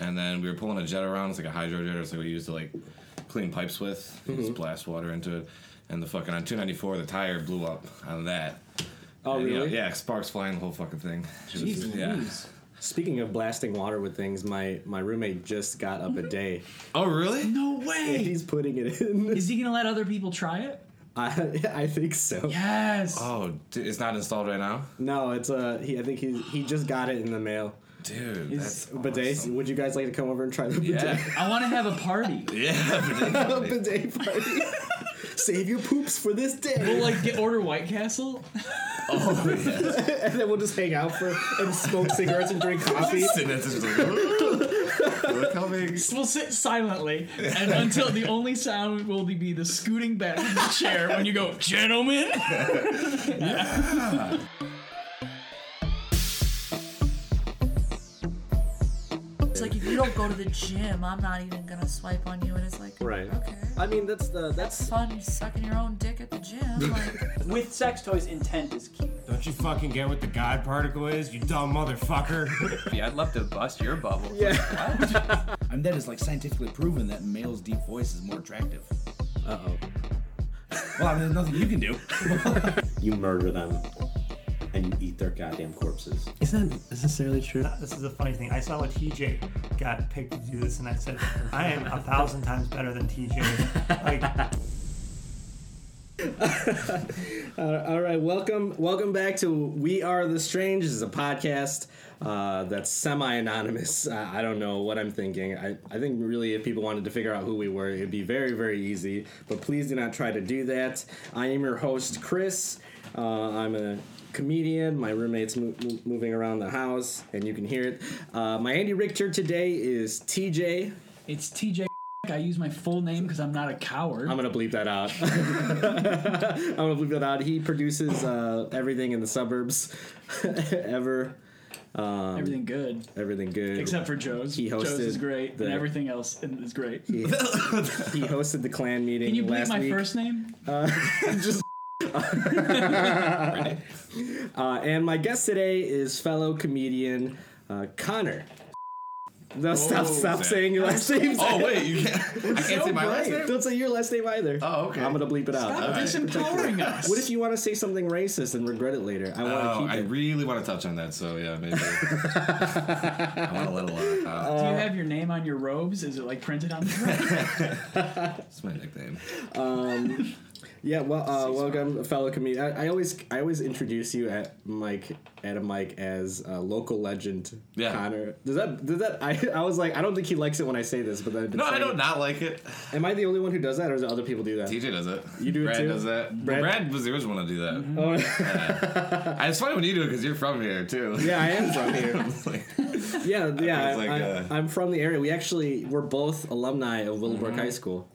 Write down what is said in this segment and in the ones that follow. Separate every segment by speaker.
Speaker 1: And then we were pulling a jet around. It's like a hydro jet. It's like we used to like clean pipes with. You
Speaker 2: Mm-hmm.
Speaker 1: Just blast water into it. And the fucking on 294, the tire blew up on that.
Speaker 2: Oh,
Speaker 1: And, you know,
Speaker 2: really?
Speaker 1: yeah, sparks flying the whole fucking thing. It was-
Speaker 2: Jeez
Speaker 1: yeah.
Speaker 2: Louise. Speaking of blasting water with things, my my roommate just got up a day.
Speaker 1: Oh really?
Speaker 3: No
Speaker 2: and
Speaker 3: way.
Speaker 2: He's putting it in.
Speaker 3: Is he gonna let other people try it?
Speaker 2: I, I think so.
Speaker 3: Yes.
Speaker 1: Oh, d- it's not installed right now,
Speaker 2: No, it's uh, he, I think he he just got it in the mail.
Speaker 1: dude. That's
Speaker 2: Bidet.
Speaker 1: awesome.
Speaker 2: Would you guys like to come over and try the bidet?
Speaker 1: Yeah,
Speaker 3: I want to have a party.
Speaker 1: yeah. bidet
Speaker 2: A
Speaker 1: party.
Speaker 2: bidet party. Save your poops for this day,
Speaker 3: We'll like get order White Castle.
Speaker 1: Oh yeah.
Speaker 2: and then we'll just hang out for and smoke cigarettes and drink coffee.
Speaker 1: Sitting at this like, we're coming.
Speaker 3: We'll sit silently and until the only sound will be the scooting back of the chair when you go, gentlemen.
Speaker 4: It's like if you don't go to the gym, I'm not even gonna swipe on you. And it's like,
Speaker 2: Right.
Speaker 4: Okay.
Speaker 2: I mean, that's the that's
Speaker 4: Fun sucking your own dick at the gym. Like,
Speaker 5: With sex toys, intent is key.
Speaker 6: Don't you fucking get what the God particle is, you dumb motherfucker?
Speaker 7: Yeah, I'd love to bust your bubble.
Speaker 2: yeah.
Speaker 8: I'm dead is like scientifically proven that male's deep voice is more attractive.
Speaker 2: Uh oh.
Speaker 8: Well, I mean, there's nothing you can do.
Speaker 9: You murder them and you eat their goddamn corpses.
Speaker 10: Isn't that necessarily true?
Speaker 11: This is a funny thing. I saw what TJ got picked to do this, and I said, I am a thousand times better than TJ. Like,
Speaker 2: All right, welcome, welcome back to We Are the Strange. This is a podcast uh, that's semi-anonymous. Uh, I don't know what I'm thinking. I, I think really, if people wanted to figure out who we were, it'd be very, very easy. But please do not try to do that. I am your host, Chris. Uh, I'm a comedian. My roommate's mo- mo- moving around the house, and you can hear it. Uh, my Andy Richter today is TJ.
Speaker 3: It's TJ. I use my full name because I'm not a coward.
Speaker 2: I'm gonna bleep that out. I'm gonna bleep that out. He produces uh, everything in the suburbs, ever, Um,
Speaker 3: everything good
Speaker 2: everything good.
Speaker 3: except for Joe's.
Speaker 2: He
Speaker 3: Joe's is
Speaker 2: hosted
Speaker 3: great,
Speaker 2: the-
Speaker 3: and everything else is great.
Speaker 2: he hosted the clan meeting
Speaker 3: Can you believe
Speaker 2: last
Speaker 3: my
Speaker 2: week,
Speaker 3: first name?
Speaker 2: uh, and my guest today is fellow comedian uh, Connor. No, stop! Stop
Speaker 1: Zach.
Speaker 2: saying your last name.
Speaker 1: Oh wait, you can't. I can't say my last name.
Speaker 2: Don't say your last name either.
Speaker 1: Oh, okay.
Speaker 2: I'm gonna bleep it out.
Speaker 3: Stop disempowering us.
Speaker 2: What if you want to say something racist and regret it later? I want to
Speaker 1: Oh,
Speaker 2: keep
Speaker 1: I
Speaker 2: it.
Speaker 1: really want to touch on that, so yeah, maybe. I want to let a uh, lot out.
Speaker 2: Uh,
Speaker 3: Do you have your name on your robes? Is it like printed on the
Speaker 1: That's my nickname.
Speaker 2: Yeah, well, uh, welcome, fellow comedian. I, I always, I always introduce you at Mike at a mic as uh, local legend
Speaker 1: Yeah.
Speaker 2: Connor. Does that? Does that? I, I was like, I don't think he likes it when I say this, but then I've been
Speaker 1: No, I
Speaker 2: saying
Speaker 1: don't
Speaker 2: it.
Speaker 1: not like it.
Speaker 2: Am I the only one who does that, or do other people do that?
Speaker 1: TJ does it.
Speaker 2: You do it
Speaker 1: Brad
Speaker 2: too?
Speaker 1: does that.
Speaker 2: Brad-
Speaker 1: Brad, was the original one to do that.
Speaker 2: Oh,
Speaker 1: And It's funny when you do it because you're from here too.
Speaker 2: yeah, I am from here.
Speaker 1: It's like-
Speaker 2: Yeah, yeah, I,
Speaker 1: It's like, uh,
Speaker 2: am from the area. We actually we're both alumni of Willowbrook
Speaker 1: Mm-hmm.
Speaker 2: High School.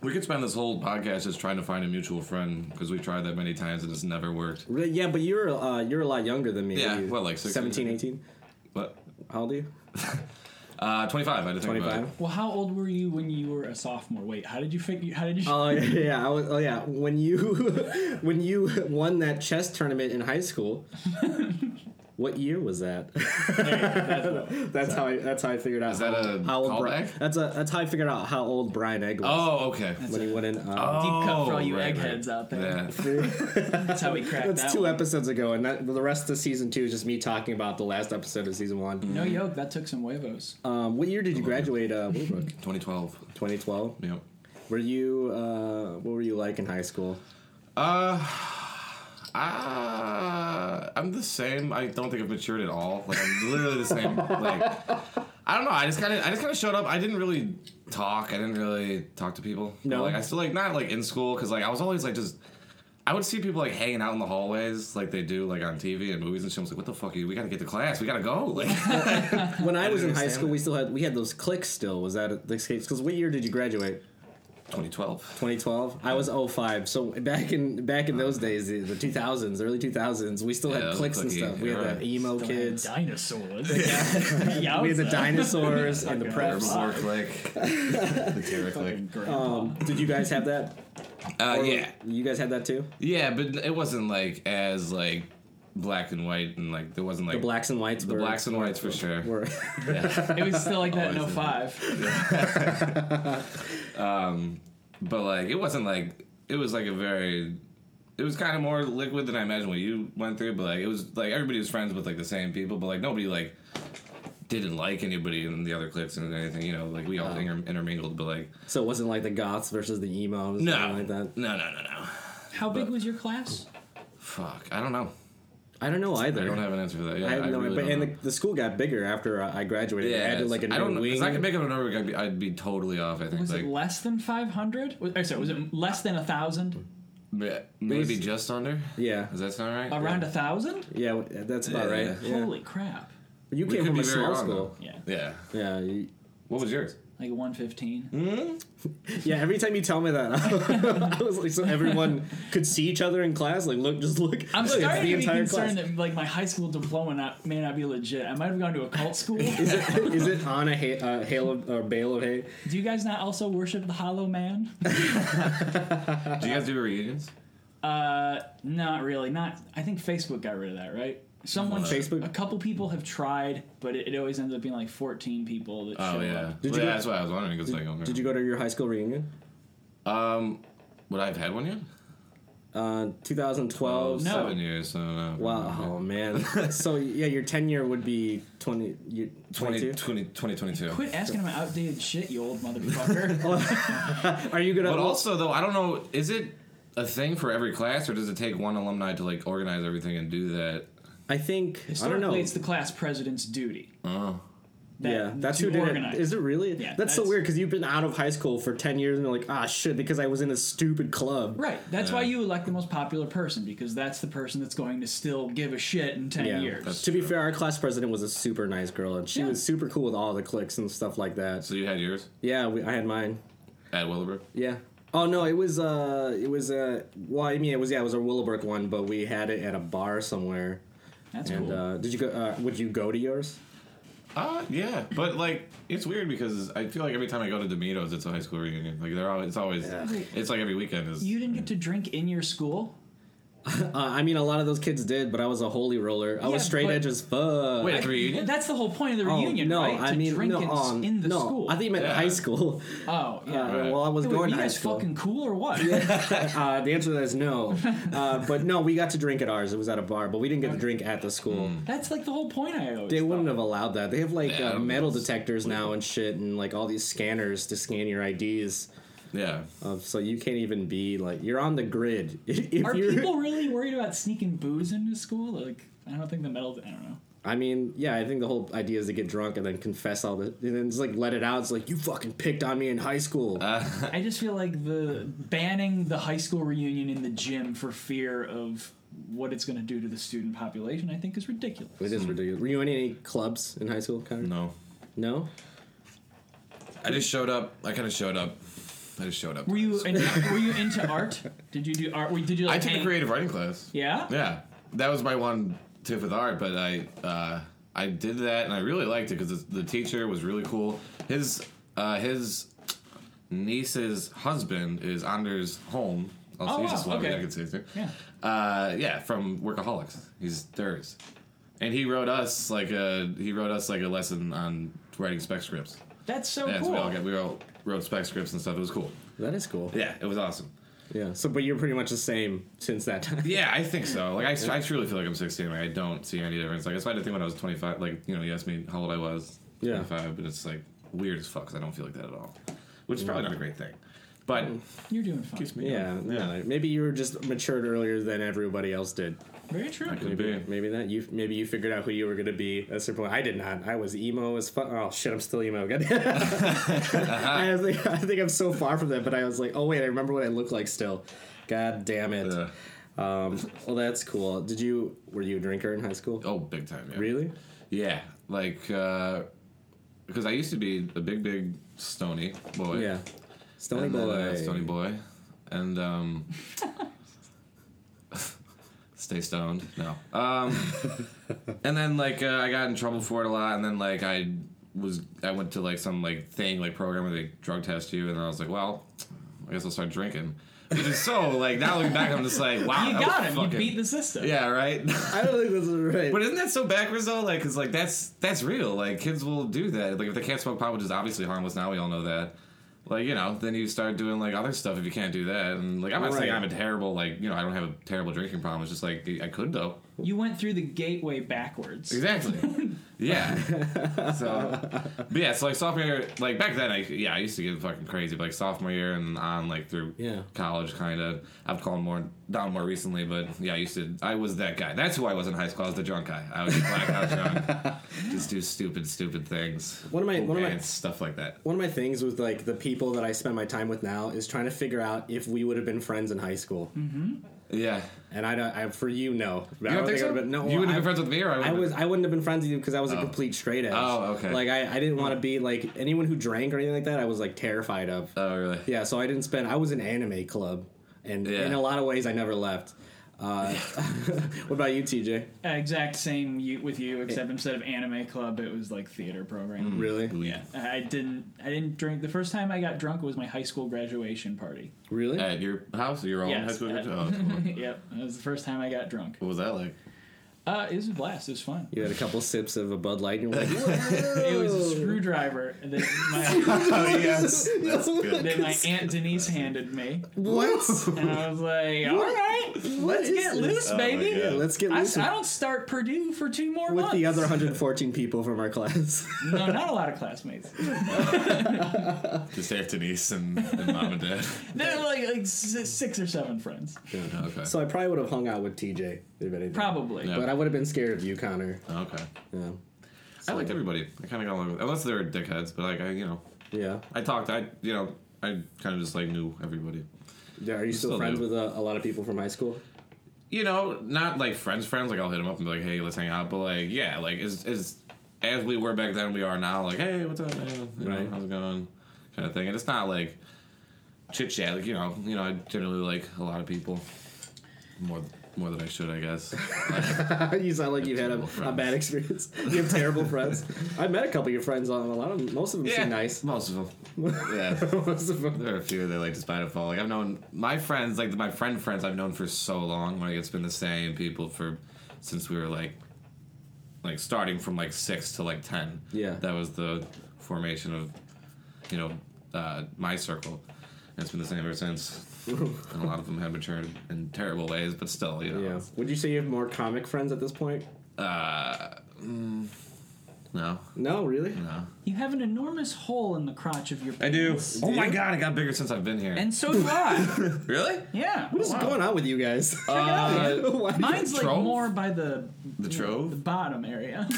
Speaker 1: we could spend this whole podcast just trying to find a mutual friend because we tried that many times and it's never worked.
Speaker 2: Re- Yeah, but you're uh, you're a lot younger than me.
Speaker 1: Yeah,
Speaker 2: What are you,
Speaker 1: what, like 16?
Speaker 2: 17, 18?
Speaker 1: But
Speaker 2: How old are you?
Speaker 1: uh, 25, I didn't think about it.
Speaker 2: 25.
Speaker 3: Well, how old were you when you were a sophomore? Wait, how did you figure? How did you?
Speaker 2: Oh yeah, yeah, I was, oh yeah. When you when you won that chess tournament in high school, what year was that? that's how I that's how I figured out. Is
Speaker 1: that a
Speaker 2: how old Bri-
Speaker 1: callback?
Speaker 2: That's a that's how I figured out how old Brian Egg was
Speaker 1: Oh, okay.
Speaker 2: when he went in. Uh,
Speaker 3: Deep cut for all
Speaker 1: Oh,
Speaker 3: you
Speaker 1: right,
Speaker 3: eggheads
Speaker 1: right.
Speaker 3: out there.
Speaker 1: Yeah.
Speaker 3: That's how we cracked
Speaker 2: that's
Speaker 3: that
Speaker 2: two
Speaker 3: one.
Speaker 2: episodes ago, and that, the rest of season two is just me talking about the last episode of season one.
Speaker 3: no yoke. That took some huevos.
Speaker 2: Um, what year did you graduate, uh, Willowbrook?
Speaker 1: 2012.
Speaker 2: 2012.
Speaker 1: Yep.
Speaker 2: Were you uh, what were you like in high school?
Speaker 1: Uh, I, I'm the same. I don't think I've matured at all. Like I'm literally the same. Like I don't know. I just kind of I just kind of showed up. I didn't really talk. I didn't really talk to people.
Speaker 2: No.
Speaker 1: Like I still like not like in school because like I was always like just. I would see people like hanging out in the hallways like they do like on TV and movies and shit. I was like, what the fuck? Are you, we gotta get to class. We gotta go. Like
Speaker 2: When I, was in high
Speaker 1: understand
Speaker 2: school,
Speaker 1: that.
Speaker 2: we still had we had those cliques. Still, was that the case? Because what year did you graduate?
Speaker 1: 2012.
Speaker 2: 2012. I was 05. So back in back in those days, the, the 2000s, early 2000s, we still
Speaker 1: Yeah, it
Speaker 2: had
Speaker 1: was
Speaker 2: cliques and
Speaker 1: like,
Speaker 2: stuff.
Speaker 1: yeah,
Speaker 2: We had
Speaker 1: right.
Speaker 2: the emo kids.
Speaker 3: Dinosaurs.
Speaker 2: We had the dinosaurs and the preps.
Speaker 1: Herbivore click. the terror click.
Speaker 8: Um,
Speaker 2: Did you guys have that?
Speaker 1: Uh,
Speaker 2: Or
Speaker 1: yeah.
Speaker 2: You guys had that too?
Speaker 1: Yeah, but it wasn't like as like black and white and like there wasn't like
Speaker 2: The blacks and whites.
Speaker 1: the
Speaker 2: were,
Speaker 1: blacks and whites for sure.
Speaker 2: were
Speaker 3: It was still like
Speaker 2: Oh,
Speaker 3: that in
Speaker 1: Always is.
Speaker 3: 05.
Speaker 1: But like it wasn't like it was like a very it was kind of more liquid than I imagine what you went through, but like it was like everybody was friends with like the same people, but like nobody like didn't like anybody in the other cliques and anything, you know, like we all inter- intermingled, but like
Speaker 2: so it wasn't like the goths versus the emos.
Speaker 1: no,
Speaker 2: Or anything like that.
Speaker 1: no, no, no, no,
Speaker 3: How big was your class?
Speaker 1: fuck, I don't know,
Speaker 2: I don't know either.
Speaker 1: I don't have an answer for that. Yeah,
Speaker 2: I have no,
Speaker 1: really
Speaker 2: but
Speaker 1: don't
Speaker 2: and
Speaker 1: know.
Speaker 2: the, the school got bigger after I graduated. Yeah, I had to, like a new
Speaker 1: I don't know.
Speaker 2: wing.
Speaker 1: If I could make up a number, I'd be, I'd be totally off. I think
Speaker 3: Was
Speaker 1: like
Speaker 3: it less than 500? Was, or eh, sorry, was it less than 1,000?
Speaker 1: ma- maybe
Speaker 2: was-
Speaker 1: just under.
Speaker 2: yeah,
Speaker 1: Does that sound right?
Speaker 3: Around a 1,000?
Speaker 2: yeah, w- that's about
Speaker 1: Yeah.
Speaker 2: right. Yeah.
Speaker 3: Holy crap.
Speaker 2: You
Speaker 1: We
Speaker 2: came
Speaker 1: could
Speaker 2: from
Speaker 1: be
Speaker 2: a
Speaker 1: very
Speaker 2: small
Speaker 1: wrong,
Speaker 2: school.
Speaker 1: though.
Speaker 3: Yeah.
Speaker 1: Yeah.
Speaker 2: Yeah, you,
Speaker 1: What was yours?
Speaker 3: Like 115.
Speaker 2: Mm, yeah. Every time you tell me that, I was like, so everyone could see each other in class. Like, look, just look.
Speaker 3: I'm
Speaker 2: look, it's
Speaker 3: starting
Speaker 2: the
Speaker 3: to be
Speaker 2: entire
Speaker 3: concerned
Speaker 2: class.
Speaker 3: that like my high school diploma not, may not be legit. I might have gone to a cult school.
Speaker 2: Is it, is it on a ha- uh, hail of, or bale of hay?
Speaker 3: Do you guys not also worship the Hollow Man?
Speaker 1: Do you guys do reunions?
Speaker 3: Uh, not really. Not. I think Facebook got rid of that, right? Someone,
Speaker 2: Facebook?
Speaker 3: a couple people have tried, but it, it always ends up being like 14 people that
Speaker 1: Oh
Speaker 3: show
Speaker 1: yeah.
Speaker 3: up.
Speaker 1: Did
Speaker 2: you
Speaker 1: you
Speaker 2: go-
Speaker 1: that's what I was wondering. Did, like, okay.
Speaker 2: Did you go to your high school reunion?
Speaker 1: Um, would I have had one yet?
Speaker 2: Uh, 2012.
Speaker 3: No.
Speaker 1: Seven years. So uh, no.
Speaker 2: Wow, oh, man. so yeah, your tenure would be 20. You,
Speaker 1: 20,
Speaker 2: 22.
Speaker 1: 20, 2022.
Speaker 3: Quit asking about outdated shit, you old motherfucker.
Speaker 2: Are you gonna?
Speaker 1: But also though, I don't know. Is it a thing for every class, or does it take one alumni to like organize everything and do that?
Speaker 2: I think I don't
Speaker 3: Historically,
Speaker 2: know.
Speaker 3: it's the class president's duty.
Speaker 1: Oh.
Speaker 3: that-
Speaker 2: yeah, that's
Speaker 3: to
Speaker 2: who did
Speaker 3: organize.
Speaker 2: it. Is it really?
Speaker 3: Yeah,
Speaker 2: that's, so
Speaker 3: that's-
Speaker 2: weird because you've been out of high school for ten years and you're like, ah, shit, because I was in a stupid club.
Speaker 3: Right. That's why you elect the most popular person because that's the person that's going to still give a shit in ten
Speaker 2: Yeah.
Speaker 3: years.
Speaker 2: to be fair, our class president was a super nice girl and she
Speaker 3: Yeah.
Speaker 2: was super cool with all the cliques and stuff like that.
Speaker 1: So you had yours
Speaker 2: Yeah, we, I had mine.
Speaker 1: at Willowbrook.
Speaker 2: Yeah. Oh no, it was uh, it was uh, well, I mean, it was yeah, it was a Willowbrook one, but we had it at a bar somewhere.
Speaker 3: that's
Speaker 2: And
Speaker 3: cool.
Speaker 2: uh, did you go? Uh, would you go to yours?
Speaker 1: Uh, yeah, but like it's weird because I feel like every time I go to Demitos, it's a high school reunion. Like they're always, it's always, it's like every weekend is.
Speaker 3: you didn't get to drink in your school.
Speaker 2: Uh, I mean, a lot of those kids did, but I was a holy roller. I was
Speaker 3: Yeah,
Speaker 2: straight
Speaker 3: but-
Speaker 2: edge as fuck.
Speaker 1: Wait, it's a reunion.
Speaker 3: That's the whole point of the
Speaker 2: Oh,
Speaker 3: reunion,
Speaker 2: no,
Speaker 3: right?
Speaker 2: I
Speaker 3: to
Speaker 2: mean,
Speaker 3: drink
Speaker 2: no,
Speaker 3: in,
Speaker 2: um,
Speaker 3: in the
Speaker 2: no,
Speaker 3: school.
Speaker 2: I think you meant
Speaker 1: Yeah.
Speaker 2: high school.
Speaker 3: Oh
Speaker 2: Uh,
Speaker 3: yeah.
Speaker 1: Right.
Speaker 2: Well, I was
Speaker 3: Wait,
Speaker 2: going
Speaker 3: were
Speaker 2: to
Speaker 3: you
Speaker 2: high
Speaker 3: guys
Speaker 2: school.
Speaker 3: fucking cool or what?
Speaker 2: Uh, the answer to that is no. Uh, but no, we got to drink at ours. It was at a bar, but we didn't get to drink at the school.
Speaker 3: That's like the whole point. I always
Speaker 2: They
Speaker 3: thought.
Speaker 2: wouldn't have allowed that. They have like
Speaker 1: Yeah, I
Speaker 2: uh,
Speaker 1: don't
Speaker 2: metal
Speaker 1: think it's
Speaker 2: detectors now and shit, and like all these scanners to scan your IDs.
Speaker 1: yeah.
Speaker 2: Uh, so you can't even be like you're on the grid. if
Speaker 3: Are
Speaker 2: you're,
Speaker 3: people really worried about sneaking booze into school? Like, I don't think the metal. I don't know.
Speaker 2: I mean, yeah, I think the whole idea is to get drunk and then confess all the, and then just like let it out. It's like you fucking picked on me in high school.
Speaker 3: I just feel like the banning the high school reunion in the gym for fear of what it's going to do to the student population. I think is ridiculous.
Speaker 2: it is ridiculous. Were you in any clubs in high school, Connor?
Speaker 1: No,
Speaker 2: No?
Speaker 1: I just showed up. I kind of showed up. I just showed up.
Speaker 3: Were you in, were you into art? Did you do art? Were- Did you like
Speaker 1: I took a
Speaker 3: hang-
Speaker 1: creative writing class.
Speaker 3: Yeah?
Speaker 1: Yeah, that was my one tip with art, but I uh, I did that and I really liked it because the teacher was really cool. His uh, his niece's husband is Anders Holm. Also,
Speaker 3: Oh,
Speaker 1: he's a
Speaker 3: wow,
Speaker 1: celebrity.
Speaker 3: okay.
Speaker 1: I could say his name.
Speaker 3: Yeah.
Speaker 1: uh, yeah, from Workaholics. He's theirs, and he wrote us like a he wrote us like a lesson on writing spec scripts.
Speaker 3: That's so
Speaker 1: Yeah, so
Speaker 3: Oh, cool.
Speaker 1: we all got we all wrote spec scripts and stuff. It was cool.
Speaker 2: That is cool.
Speaker 1: Yeah, it was awesome.
Speaker 2: Yeah. So, but you're pretty much the same since that time.
Speaker 1: Yeah, I think so. Like, I, I truly feel like I'm 16. Like, I don't see any difference. Like, that's why I didn't think when I was 25. Like, you know, you asked me how old I was.
Speaker 2: Yeah.
Speaker 1: 25, but it's like weird as fuck 'cause I don't feel like that at all, which is probably not a great thing. But
Speaker 2: Mm.
Speaker 3: You're doing fine.
Speaker 2: Yeah. No, maybe you were just matured earlier than everybody else did.
Speaker 3: Very true.
Speaker 1: could be.
Speaker 2: Maybe that you maybe you figured out who you were gonna be at a certain point. I did not. I was emo as fuck. Oh shit, I'm still emo. God.
Speaker 1: Uh-huh.
Speaker 2: I think I think I'm so far from that, but I was like, oh wait, I remember what I look like still. God damn it.
Speaker 1: Uh,
Speaker 2: Um, well, that's cool. Did you were you a drinker in high school?
Speaker 1: oh, big time. Yeah.
Speaker 2: Really?
Speaker 1: Yeah. Like, uh, because I used to be a big, big stony boy.
Speaker 2: Yeah. Stony
Speaker 1: And
Speaker 2: boy.
Speaker 1: then, uh, stony boy. And, um, stay stoned. No. Um, and then, like, uh, I got in trouble for it a lot. And then, like, I was, I went to, like, some, like, thing, like, program where they drug test you. And then I was like, well, I guess I'll start drinking. Which is so like now looking back, I'm just like, wow,
Speaker 3: You
Speaker 1: that
Speaker 3: got
Speaker 1: was
Speaker 3: him.
Speaker 1: Fucking,
Speaker 3: You beat the system.
Speaker 1: Yeah, right.
Speaker 2: I don't think this is right.
Speaker 1: but isn't that so backwards though? Like, cause like that's that's real. Like kids will do that. Like if they can't smoke pot, which is obviously harmless. Now we all know that. Like you know, then you start doing like other stuff if you can't do that. And like I'm not saying
Speaker 2: Right.
Speaker 1: I'm a terrible like you know I don't have a terrible drinking problem. It's just like I could though.
Speaker 3: You went through the gateway backwards.
Speaker 1: Exactly. yeah. So, but yeah, so like sophomore year, like back then, I yeah, I used to get fucking crazy. But like sophomore year and on, like through
Speaker 2: Yeah.
Speaker 1: college, kind of. I've calmed more down more recently, but yeah, I used to. I was that guy. That's who I was in high school. I was the drunk guy. I would just black out drunk, just do stupid, stupid things.
Speaker 2: One of my-
Speaker 1: Pull
Speaker 2: one of my-
Speaker 1: pants, stuff like that.
Speaker 2: One of my things with like the people that I spend my time with now is trying to figure out if we would have been friends in high school.
Speaker 1: Yeah.
Speaker 2: And I don't. I, for you, no.
Speaker 1: You don't think so?
Speaker 2: Been, no,
Speaker 1: you wouldn't have
Speaker 2: I,
Speaker 1: been friends with me, or I,
Speaker 2: I
Speaker 1: wouldn't
Speaker 2: was.
Speaker 1: have-
Speaker 2: I wouldn't have been friends with you because I was a complete straight edge.
Speaker 1: Oh, okay.
Speaker 2: Like I, I didn't want to be like anyone who drank or anything like that. I was like terrified of.
Speaker 1: Oh really?
Speaker 2: Yeah, so I didn't spend. I was an anime club, and
Speaker 1: Yeah.
Speaker 2: in a lot of ways, I never left. Uh, what about you, TJ?
Speaker 3: Exact same you, with you, except instead of anime club, it was like theater program.
Speaker 2: Really?
Speaker 3: Yeah, I I didn't. I didn't drink. The first time I got drunk was my high school graduation party.
Speaker 2: Really?
Speaker 1: At your house, your own
Speaker 3: Yes.
Speaker 1: high school.
Speaker 3: Uh,
Speaker 1: oh, cool.
Speaker 3: yep, that was the first time I got drunk.
Speaker 1: what was that like?
Speaker 3: Uh, it was a blast. It was fun.
Speaker 2: You had a couple sips of a Bud Light, and you're like, "What
Speaker 3: It was a screwdriver that my,
Speaker 2: Oh, is this?"
Speaker 3: that my aunt Denise handed me,
Speaker 2: What?
Speaker 3: and I was like, "All right, let's
Speaker 2: is
Speaker 3: get
Speaker 2: this?
Speaker 3: loose, baby."
Speaker 2: Yeah, let's get
Speaker 3: I,
Speaker 2: loose
Speaker 3: I don't start Purdue for two more
Speaker 2: with
Speaker 3: months.
Speaker 2: the other 114 people from our class.
Speaker 3: no, not a lot of classmates.
Speaker 1: Just Aunt Denise and, and mom and dad.
Speaker 3: There were like, like s- six or seven friends,
Speaker 1: Okay.
Speaker 2: so I probably would have hung out with TJ if anything.
Speaker 3: probably.
Speaker 1: Yeah.
Speaker 2: But I would have been scared of you, Connor.
Speaker 1: Okay.
Speaker 2: Yeah.
Speaker 1: I liked everybody. I kind of got along with, unless they were dickheads. But like, I, you know,
Speaker 2: Yeah.
Speaker 1: I talked. I, you know, I kind of just like knew everybody.
Speaker 2: Yeah, Are you still,
Speaker 1: still
Speaker 2: friends
Speaker 1: do.
Speaker 2: with uh, a, a lot of people from high school?
Speaker 1: You know, not like friends, friends. Like I'll hit them up and be like, hey, let's hang out. But like, yeah, like as as as we were back then, we are now. Like, hey, what's up, man? You know,
Speaker 2: Right.
Speaker 1: how's it going? Kind of thing. And it's not like chit chat. Like you know, you know, I generally like a lot of people more more than I should, I guess.
Speaker 2: you sound like you've had a,
Speaker 1: terrible
Speaker 2: a
Speaker 1: friends.
Speaker 2: bad experience. You have terrible friends. I met a couple of your friends on a lot of them. Most of them seem nice.
Speaker 1: Most of them. Yeah.
Speaker 2: Most of them
Speaker 1: There are a few that like just by default. Like I've known my friends, like my friend friends, I've known for so long. Like it's been the same people for since we were like, like starting from like six to like ten.
Speaker 2: Yeah.
Speaker 1: that was the formation of, you know, uh, my circle. And it's been the same ever since. and a lot of them have matured in terrible ways, but still, you know.
Speaker 2: Yeah. Would you say you have more comic friends at this point?
Speaker 1: No,
Speaker 2: No, really?
Speaker 1: no.
Speaker 3: You have an enormous hole in the crotch of your.
Speaker 1: I do.
Speaker 3: pants.
Speaker 1: Oh my god, it got bigger since I've been here.
Speaker 3: And so do I.
Speaker 1: really?
Speaker 3: yeah.
Speaker 1: Oh,
Speaker 2: What's going on with you guys?
Speaker 1: Uh,
Speaker 2: Why do you-
Speaker 3: Mine's like
Speaker 1: Trove?
Speaker 3: more by the
Speaker 1: The trove?
Speaker 3: bottom area.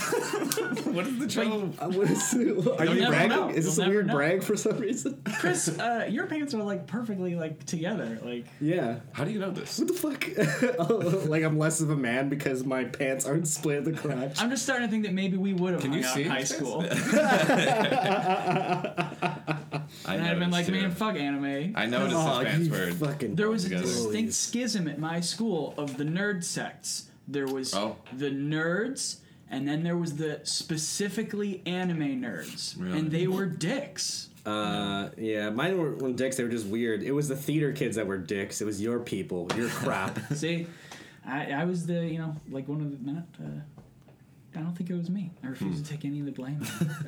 Speaker 1: What is the trove?
Speaker 2: Uh, what is- are
Speaker 1: You'll
Speaker 2: you
Speaker 1: never
Speaker 2: bragging?
Speaker 3: know.
Speaker 2: Is this
Speaker 3: You'll
Speaker 2: a
Speaker 3: never
Speaker 2: weird
Speaker 3: know.
Speaker 2: brag for some reason?
Speaker 3: Chris, uh, your pants are like perfectly like together. Like
Speaker 2: yeah.
Speaker 1: How do you know this?
Speaker 2: What the fuck? Oh, like I'm less of a man because my pants aren't split at the crotch.
Speaker 3: I'm just starting to think that maybe we would have hung
Speaker 1: you
Speaker 3: out
Speaker 1: see
Speaker 3: in high
Speaker 1: his
Speaker 3: school, and
Speaker 1: I
Speaker 3: I've been
Speaker 1: noticed,
Speaker 3: like,
Speaker 1: too.
Speaker 3: man, fuck anime.
Speaker 1: I noticed
Speaker 2: Aw,
Speaker 1: his pants
Speaker 2: you
Speaker 1: were
Speaker 2: fucking.
Speaker 3: There was a
Speaker 1: Together.
Speaker 3: distinct schism at my school of the nerd sects. There was
Speaker 1: Oh.
Speaker 3: the nerds, and then there was the specifically anime nerds,
Speaker 1: Really?
Speaker 3: and they were dicks.
Speaker 2: Uh, yeah, mine were when dicks. They were just weird. It was the theater kids that were dicks. It was your people, your crap.
Speaker 3: See, I, I was the you know like one of the not. Uh, I don't think it was me. I refuse
Speaker 2: Hmm.
Speaker 3: to take any of the blame.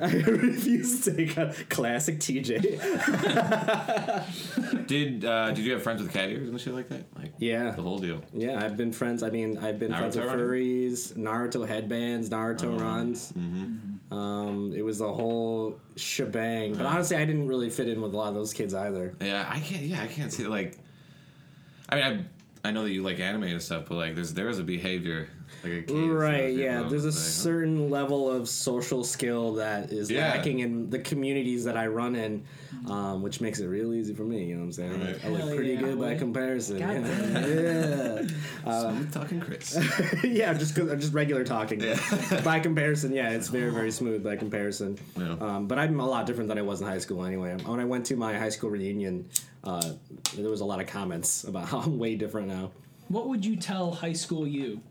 Speaker 2: I refuse to take a classic TJ.
Speaker 1: Did uh, did you have friends with cat ears and shit like that? Like
Speaker 2: Yeah.
Speaker 1: the whole deal.
Speaker 2: Yeah, I've been friends. I mean, I've been friends with
Speaker 1: Naruto Oh, running?
Speaker 2: furries, Naruto headbands, Naruto runs.
Speaker 1: Mm-hmm.
Speaker 2: Um, it was the whole shebang. But honestly, I didn't really fit in with a lot of those kids either.
Speaker 1: Yeah, I can't. Yeah, I can't see like. I mean, I I know that you like anime and stuff, but like, there's there is a behavior like a kid,
Speaker 2: Right? Yeah. There's a
Speaker 1: certain
Speaker 2: certain level of social skill that is
Speaker 1: Yeah.
Speaker 2: lacking in the communities that I run in, um, which makes it real easy for me. You know what I'm saying?
Speaker 1: Right.
Speaker 2: I look
Speaker 3: Mm-hmm. Hell
Speaker 2: pretty
Speaker 3: yeah,
Speaker 2: good by
Speaker 3: boy.
Speaker 2: comparison.
Speaker 3: God
Speaker 2: yeah. yeah.
Speaker 1: I'm talking Chris.
Speaker 2: yeah, just 'cause- just regular talking. by comparison, yeah, it's very
Speaker 3: Oh.
Speaker 2: very smooth by comparison.
Speaker 1: Yeah.
Speaker 2: Um, but I'm a lot different than I was in high school anyway. Um, When I went to my high school reunion, uh, there was a lot of comments about how I'm way different now.
Speaker 3: what would you tell high school you?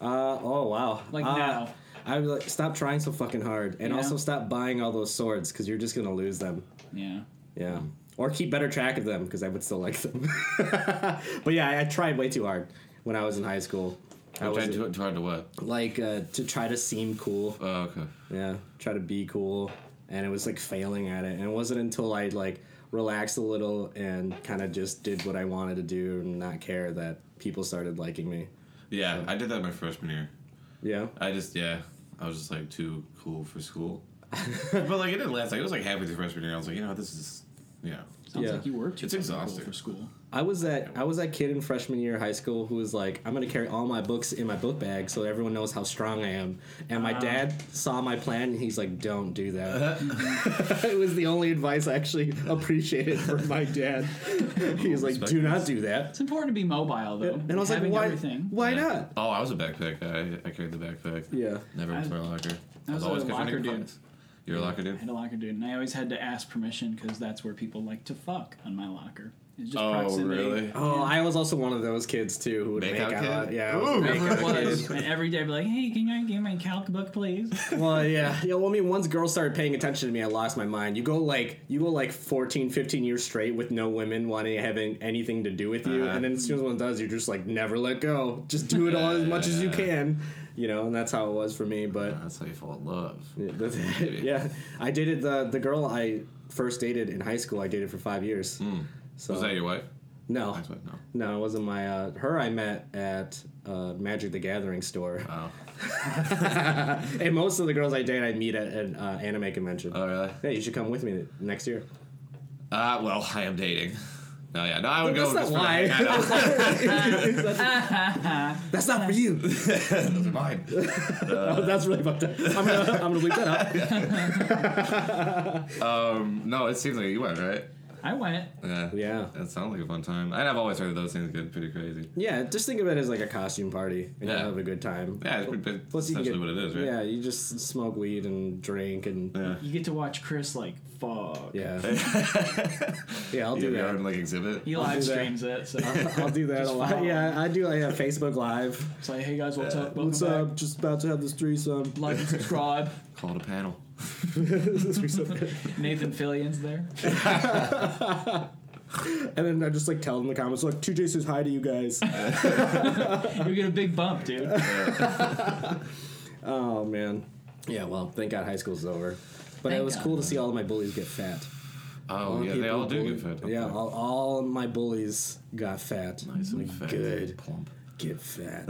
Speaker 2: Uh, oh wow!
Speaker 3: Like
Speaker 2: Uh,
Speaker 3: now.
Speaker 2: I was like, stop trying so fucking hard, and
Speaker 3: Yeah.
Speaker 2: also stop buying all those swords because you're just gonna lose them.
Speaker 3: Yeah.
Speaker 2: Yeah. or keep better track of them because I would still like them. but yeah, I, I tried way too hard when I was in high school. I
Speaker 1: Which I
Speaker 2: was
Speaker 1: do too hard to what?
Speaker 2: like uh, to try to seem cool.
Speaker 1: Oh, okay.
Speaker 2: Yeah, try to be cool, and it was like failing at it. And it wasn't until I like relaxed a little and kind of just did what I wanted to do and not care that people started liking me.
Speaker 1: Yeah, I did that my freshman year.
Speaker 2: Yeah,
Speaker 1: I just yeah, I was just like too cool for school. but like it didn't last. Like it was like halfway through freshman year. I was like, you know, this is, you know,
Speaker 3: Sounds
Speaker 2: Yeah.
Speaker 3: like you were too
Speaker 1: It's
Speaker 3: cool
Speaker 1: exhausting.
Speaker 3: for school.
Speaker 2: I was that I was that kid in freshman year of high school who was like, I'm gonna carry all my books in my book bag so everyone knows how strong I am. And my dad saw my plan and he's like, Don't do that. it was the only advice I actually appreciated from my dad. he was like, Do not do that.
Speaker 3: It's important to be mobile though.
Speaker 2: And I was like,
Speaker 3: having
Speaker 2: Why?
Speaker 3: everything.
Speaker 2: Why
Speaker 1: Yeah.
Speaker 2: not?
Speaker 1: Oh, I was a backpack guy. I carried the backpack.
Speaker 2: Yeah.
Speaker 1: Never was my locker. I
Speaker 3: was a
Speaker 1: confronting
Speaker 3: locker dude.
Speaker 1: complaints. You're a locker
Speaker 3: I had
Speaker 1: dude.
Speaker 3: a locker dude, and I always had to ask permission because that's where people like to fuck on my locker. It's just
Speaker 1: Oh,
Speaker 3: proximity.
Speaker 1: really?
Speaker 2: Oh, I was also one of those kids too who would make,
Speaker 1: Makeout
Speaker 2: out.
Speaker 1: kid?
Speaker 2: Yeah. I was a
Speaker 3: It
Speaker 2: makeout kid.
Speaker 3: was. and every day I'd be like, hey, can I get my calc book, please?
Speaker 2: Well, yeah. Yeah, well, I mean, once girls started paying attention to me, I lost my mind. You go like you go like 14, 15 years straight with no women wanting having anything to do with you,
Speaker 1: Uh-huh.
Speaker 2: and then as soon as one does, you just like never let go. Just do it all as much as you can, you know. And that's how it was for me. But
Speaker 1: That's how you fall in love.
Speaker 2: yeah, that's- yeah. I dated the the girl I first dated in high school. I dated for five years. So
Speaker 1: Hmm. Was that your wife?
Speaker 2: no,
Speaker 1: That's what- No.
Speaker 2: no, it wasn't my uh, her. I met at uh, Magic the Gathering store,
Speaker 1: Oh.
Speaker 2: and most of the girls I date, I meet at an uh, anime convention.
Speaker 1: Oh, really?
Speaker 2: Yeah, you should come with me next year.
Speaker 1: Uh, well, I am dating. No, yeah, no, I would
Speaker 2: That's
Speaker 1: go.
Speaker 2: not
Speaker 1: just for-
Speaker 2: why.
Speaker 1: Yeah, no.
Speaker 2: That's not for you.
Speaker 1: Those are mine.
Speaker 2: Oh, that's really fucked up. I'm gonna, I'm gonna leave that up.
Speaker 1: No, it seems like you went right.
Speaker 3: I went.
Speaker 1: Yeah.
Speaker 2: Yeah,
Speaker 1: That sounds like a fun time. And I've always heard those things get pretty crazy.
Speaker 2: yeah. Just think of it as like a costume party, and
Speaker 1: Yeah.
Speaker 2: you'll have a good time.
Speaker 1: Yeah, it's, pretty, it's
Speaker 2: Plus, you can
Speaker 1: essentially
Speaker 2: get-
Speaker 1: what it is, right?
Speaker 2: Yeah, you just smoke weed and drink and
Speaker 1: Yeah.
Speaker 3: You get to watch Chris like fuck.
Speaker 2: yeah, yeah. I'll
Speaker 1: You
Speaker 2: do
Speaker 1: have your own
Speaker 2: that.
Speaker 1: like exhibit.
Speaker 3: He
Speaker 2: I'll
Speaker 3: live
Speaker 2: do that.
Speaker 3: streams it, so
Speaker 2: I'll do that a lot.
Speaker 3: follow.
Speaker 2: Yeah, I do. I have Facebook Live.
Speaker 3: it's like, hey guys, what's up? Welcome
Speaker 2: What's
Speaker 3: back.
Speaker 2: up? Just about to have this threesome.
Speaker 3: Like and subscribe.
Speaker 1: Call it a panel.
Speaker 3: Nathan Fillion's there.
Speaker 2: And then I just like tell them in the comments, like, TJ says hi to you guys.
Speaker 3: You get a big bump, dude.
Speaker 2: oh, man. Yeah, well, thank God high school's over. But it
Speaker 4: Thank
Speaker 2: was
Speaker 4: God.
Speaker 2: cool to see all of my bullies get fat.
Speaker 1: Oh,
Speaker 2: All
Speaker 1: yeah, they
Speaker 2: people
Speaker 1: all do
Speaker 2: bully-
Speaker 1: get fed. don't
Speaker 2: Yeah,
Speaker 1: they?
Speaker 2: all, all my bullies got fat.
Speaker 1: Nice and
Speaker 2: Like,
Speaker 1: fat.
Speaker 2: Good.
Speaker 1: Plump.
Speaker 2: Get fat.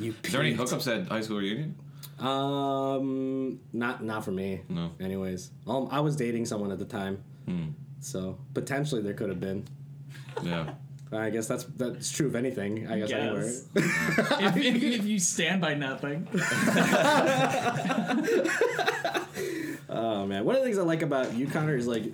Speaker 2: you
Speaker 1: Is there any
Speaker 2: peaked.
Speaker 1: hookups at high school reunion?
Speaker 2: Um, not not for me.
Speaker 1: No. Hmm.
Speaker 2: Anyways, um, I was dating someone at the time, so potentially there could have been.
Speaker 1: Yeah.
Speaker 2: I guess that's that's true of anything. I guess,
Speaker 3: Guess.
Speaker 2: anywhere.
Speaker 3: if, if, if you stand by nothing,
Speaker 2: Oh man, one of the things I like about you, Connor, is like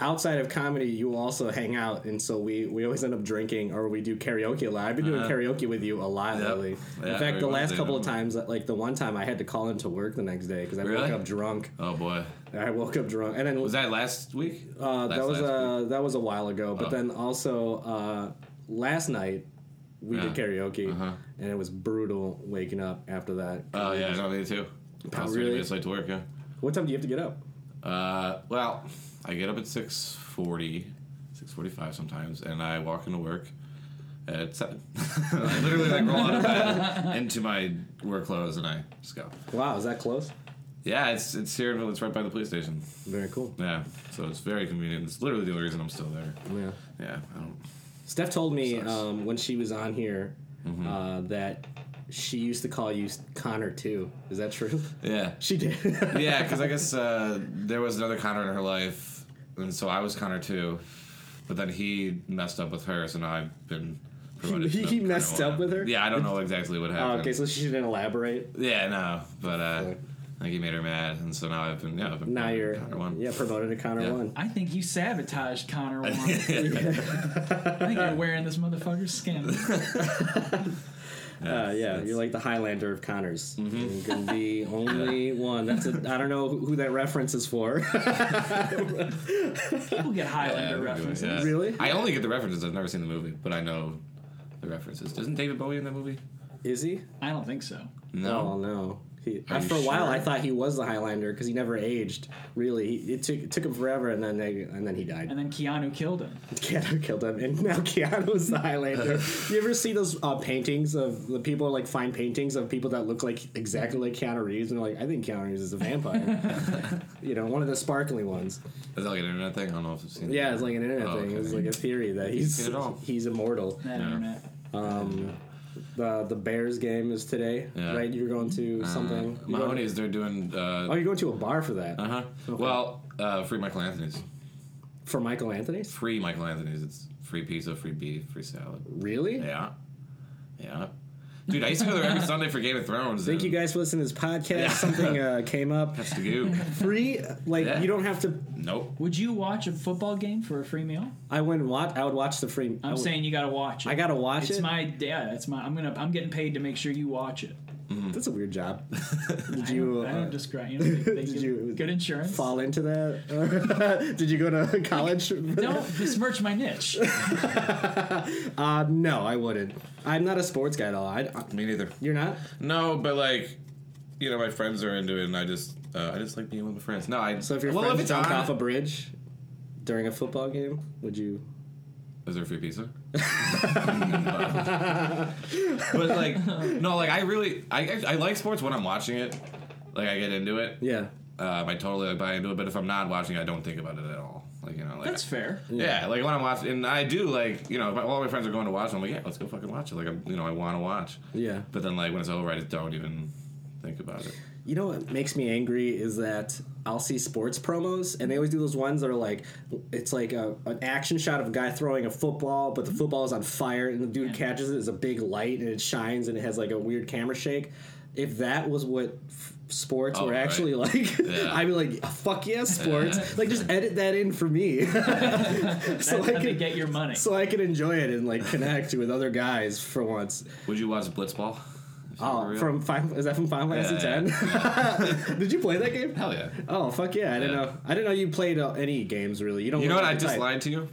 Speaker 2: outside of comedy, you also hang out, and so we we always end up drinking or we do karaoke a lot. I've been doing karaoke with you a lot
Speaker 1: Uh-huh. Yep.
Speaker 2: lately.
Speaker 1: Yeah,
Speaker 2: in fact, the
Speaker 1: we
Speaker 2: last
Speaker 1: do.
Speaker 2: couple of times, uh, like the one time, I had to call into work the next day because I woke
Speaker 1: Really?
Speaker 2: up drunk.
Speaker 1: Oh, boy.
Speaker 2: I woke up drunk, and then
Speaker 1: Was that last week?
Speaker 2: uh,
Speaker 1: Last-
Speaker 2: that was
Speaker 1: last
Speaker 2: uh, that was a while ago. But
Speaker 1: Oh.
Speaker 2: then also uh, last night. We did
Speaker 1: Yeah.
Speaker 2: karaoke,
Speaker 1: Uh-huh.
Speaker 2: and it was brutal waking up after that.
Speaker 1: Oh, yeah, no, me too. I was 30
Speaker 2: Oh, really?
Speaker 1: minutes late to work, yeah.
Speaker 2: What time do you have to get up?
Speaker 1: Uh, well, I get up at 6.40, 6.45 sometimes, and I walk into work at 7. I literally, like, roll out of bed into my work clothes, and I just go.
Speaker 2: Wow, is that close?
Speaker 1: Yeah, it's, it's Sierraville. It's right by the police station.
Speaker 2: Very cool.
Speaker 1: Yeah, so it's very convenient. It's literally the only reason I'm still there.
Speaker 2: Yeah.
Speaker 1: Yeah, I don't...
Speaker 2: Steph told me
Speaker 1: Sucks. Mm-hmm.
Speaker 2: um, when she was on here uh, that she used to call you Connor too. Is that true?
Speaker 1: Yeah.
Speaker 2: she did.
Speaker 1: yeah, because I guess uh, there was another Connor in her life, and so I was Connor too. But then he messed up with her, so now I've been promoted.
Speaker 2: He-
Speaker 1: to
Speaker 2: he
Speaker 1: Connor
Speaker 2: messed
Speaker 1: one.
Speaker 2: up with her?
Speaker 1: Yeah, I don't know exactly what
Speaker 2: Oh,
Speaker 1: happened.
Speaker 2: okay, so she didn't elaborate.
Speaker 1: yeah, no, but uh,
Speaker 2: Fuck.
Speaker 1: I think he made her mad, and so now I've been yeah. I've been
Speaker 2: Now
Speaker 1: promoted to
Speaker 2: you're
Speaker 1: Connor one.
Speaker 2: yeah promoted to Connor
Speaker 1: Yeah.
Speaker 2: one.
Speaker 3: I think you sabotaged Connor. Wong. I think you're wearing this motherfucker's skin.
Speaker 2: Uh, yeah, you're like the Highlander of Connors.
Speaker 1: Mm-hmm.
Speaker 2: You're gonna be only one. That's a, I don't know who that reference is for.
Speaker 3: People get
Speaker 1: Yeah,
Speaker 3: Highlander
Speaker 1: anyway,
Speaker 3: references.
Speaker 1: yeah.
Speaker 2: Really?
Speaker 1: I only get the references. I've never seen the movie, but I know the references. Doesn't David Bowie in that movie?
Speaker 2: is he?
Speaker 3: I don't think so.
Speaker 2: Oh no, He,
Speaker 1: Are you
Speaker 2: for a while,
Speaker 1: sure?
Speaker 2: I thought he was the Highlander because he never aged. Really, he, it took it took him forever, and then they, and then he died.
Speaker 3: And then Keanu killed him.
Speaker 2: Keanu killed him, and now Keanu's the Highlander. you ever see those uh, paintings of the people like find paintings of people that look like exactly like Keanu Reeves, and they're like, I think Keanu Reeves is a vampire. you know, one of the sparkly ones.
Speaker 1: Is that like an internet thing? I don't know if I've seen.
Speaker 2: Yeah, it's like an internet
Speaker 1: Oh,
Speaker 2: thing.
Speaker 1: okay.
Speaker 2: It's like a theory that he's
Speaker 1: Good at all.
Speaker 2: he's immortal.
Speaker 3: That
Speaker 1: Yeah.
Speaker 3: internet.
Speaker 2: The the Bears game is today,
Speaker 1: Yeah.
Speaker 2: right? You're going to something.
Speaker 1: Uh,
Speaker 2: You're going-
Speaker 1: Mahoney's. They're doing.
Speaker 2: Oh,
Speaker 1: Uh
Speaker 2: you're going to a bar for that
Speaker 1: huh. Well, uh, free Michael Anthony's.
Speaker 2: for Michael Anthony's?
Speaker 1: Free Michael Anthony's. It's free pizza, free beef, free salad.
Speaker 2: Really?
Speaker 1: Yeah, yeah. Dude, I used to go there every Sunday for Game of Thrones.
Speaker 2: Thank you guys for listening to this podcast. Something uh, came up.
Speaker 1: That's the goo.
Speaker 2: Free, like
Speaker 1: Yeah.
Speaker 2: you don't have to.
Speaker 1: Nope.
Speaker 3: Would you watch a football game for a free meal?
Speaker 2: I wouldn't watch. I would watch the free. I
Speaker 3: I'm
Speaker 2: would-
Speaker 3: saying you gotta watch it.
Speaker 2: I gotta watch
Speaker 3: it's
Speaker 2: it?
Speaker 3: my yeah. It's my. I'm gonna. I'm getting paid to make sure you watch it.
Speaker 2: that's a weird job. Did
Speaker 3: I don't,
Speaker 2: you
Speaker 3: I
Speaker 2: uh,
Speaker 3: don't describe. You know, they, they
Speaker 2: Did
Speaker 3: give
Speaker 2: you-
Speaker 3: good insurance?
Speaker 2: fall into that? Did you go to college? for that?
Speaker 3: Don't besmirch my niche.
Speaker 2: Uh, no, I wouldn't. I'm not a sports guy at all. I, I-
Speaker 1: Me neither.
Speaker 2: you're not.
Speaker 1: No, but like, you know, my friends are into it, and I just, uh, I just like being with my friends. No, I.
Speaker 2: So if your
Speaker 1: well,
Speaker 2: friends
Speaker 1: if it's
Speaker 2: jumped
Speaker 1: on,
Speaker 2: off a bridge during a football game, would you?
Speaker 1: Is there free pizza? but like, no, like I really, I, I, I like sports when I'm watching it. Like I get into it.
Speaker 2: Yeah.
Speaker 1: Um, I totally like, buy into it. But if I'm not watching, it, I don't think about it at all. Like you know, like
Speaker 3: That's fair.
Speaker 1: yeah. like when I'm watching, and I do like you know, if my, all my friends are going to watch. I'm like, yeah, let's go fucking watch it. Like I'm, you know, I want to watch.
Speaker 2: Yeah.
Speaker 1: But then like when it's over, I just don't even think about it.
Speaker 2: You know what makes me angry is that I'll see sports promos and they always do those ones that are like, it's like a, an action shot of a guy throwing a football, but the
Speaker 1: Mm-hmm.
Speaker 2: football is on fire and the dude catches it as a big light and it shines and it has like a weird camera shake. If that was what f- sports
Speaker 1: Oh,
Speaker 2: were
Speaker 1: right.
Speaker 2: actually like,
Speaker 1: Yeah.
Speaker 2: I'd be like, fuck yeah, sports. Like, just edit that in for me. so,
Speaker 3: That's
Speaker 2: I
Speaker 3: how they
Speaker 2: can,
Speaker 3: get your money.
Speaker 2: so I can enjoy it and like connect with other guys for once.
Speaker 1: Would you watch Blitzball? If you were
Speaker 2: Oh,
Speaker 1: real?
Speaker 2: from Final, is that from Final Fantasy
Speaker 1: Yeah,
Speaker 2: X? Did you play that game?
Speaker 1: hell yeah.
Speaker 2: Oh fuck yeah! I didn't
Speaker 1: Yeah.
Speaker 2: know. I didn't know you played uh, any games really. You don't.
Speaker 1: You know
Speaker 2: look
Speaker 1: what? I
Speaker 2: like the
Speaker 1: just
Speaker 2: type.
Speaker 1: lied to you.